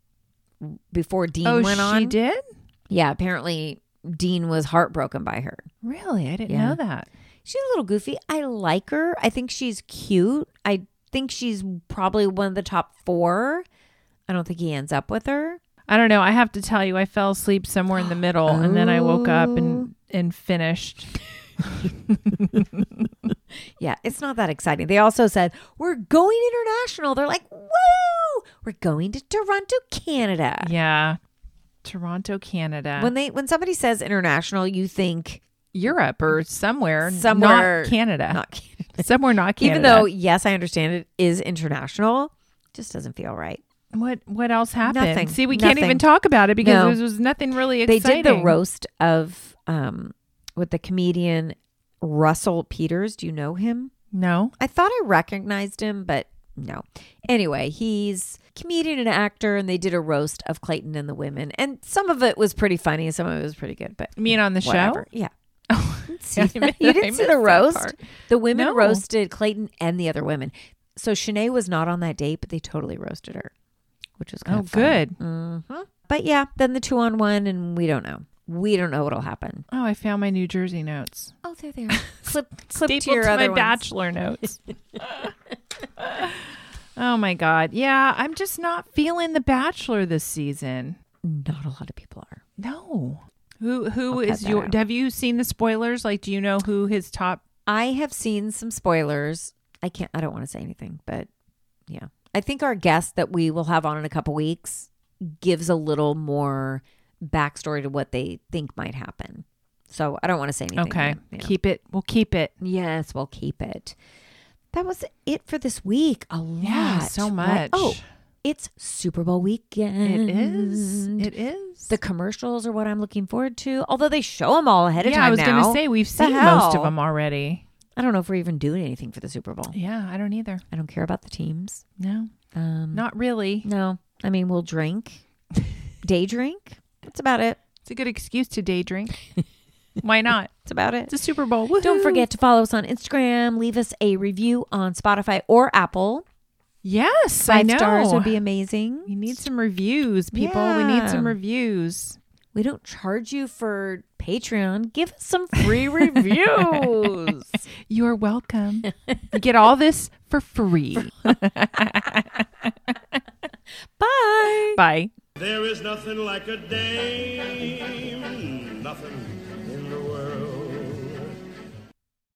before Dean oh, went she on. did. Yeah, apparently Dean was heartbroken by her. Really, I didn't Yeah. know that. She's a little goofy. I like her. I think she's cute. I think she's probably one of the top four. I don't think he ends up with her. I don't know. I have to tell you, I fell asleep somewhere in the middle, and then I woke up and Oh. and finished. Yeah, it's not that exciting. They also said, we're going international. They're like, woo, we're going to Toronto, Canada. Yeah, Toronto, Canada, When they when somebody says international, you think Europe, or somewhere, somewhere not Canada. Not Canada. Somewhere not Canada. Even though, yes, I understand it is international, just doesn't feel right. what what else happened? Nothing. See, we can't Nothing. even talk about it because No. there was nothing really They exciting. did the roast of um with the comedian Russell Peters. Do you know him? No. I thought I recognized him, but no. Anyway, he's comedian and actor, and they did a roast of Clayton and the women, and some of it was pretty funny, and some of it was pretty good. But You mean on the whatever. Yeah. show? See I that? mi- you I didn't see missed that the roast. part. The women No. roasted Clayton and the other women. So Shanae was not on that date, but they totally roasted her, which was kind Oh, of fun. good. Mhm. But yeah, then the two on one, and we don't know. We don't know what'll happen. Oh, I found my New Jersey notes. Oh, there they are. clip, clip Stapled to your my other ones. bachelor notes. oh my god. Yeah, I'm just not feeling the bachelor this season. Not a lot of people are. No. Who who I'll cut is that your out. have you seen the spoilers? Like do you know who his top I have seen some spoilers. I can't. I don't want to say anything, but yeah, I think our guest that we will have on in a couple weeks gives a little more backstory to what they think might happen. So I don't want to say anything. Okay. yet. Yeah. Keep it. We'll keep it. Yes, we'll keep it. That was it for this week. A lot. Yeah, so right? much. Oh, it's Super Bowl weekend. It is. It is. The commercials are what I'm looking forward to. Although they show them all ahead of yeah, time I was now. gonna say we've The seen most hell? of them already. I don't know if we're even doing anything for the Super Bowl. Yeah, I don't either. Mm. I don't care about the teams. No, Um, not really. no, I mean we'll drink, day drink. That's about it. It's a good excuse to day drink. Why not? That's about it. It's a Super Bowl. Don't Woohoo. forget to follow us on Instagram. Leave us a review on Spotify or Apple. Yes, I Five know. stars would be amazing. we need some reviews, people. We need some Yeah. reviews. We don't charge you for Patreon. Give us some free reviews. You're welcome. you get all this for free. Bye. Bye. There is nothing like a dame, nothing.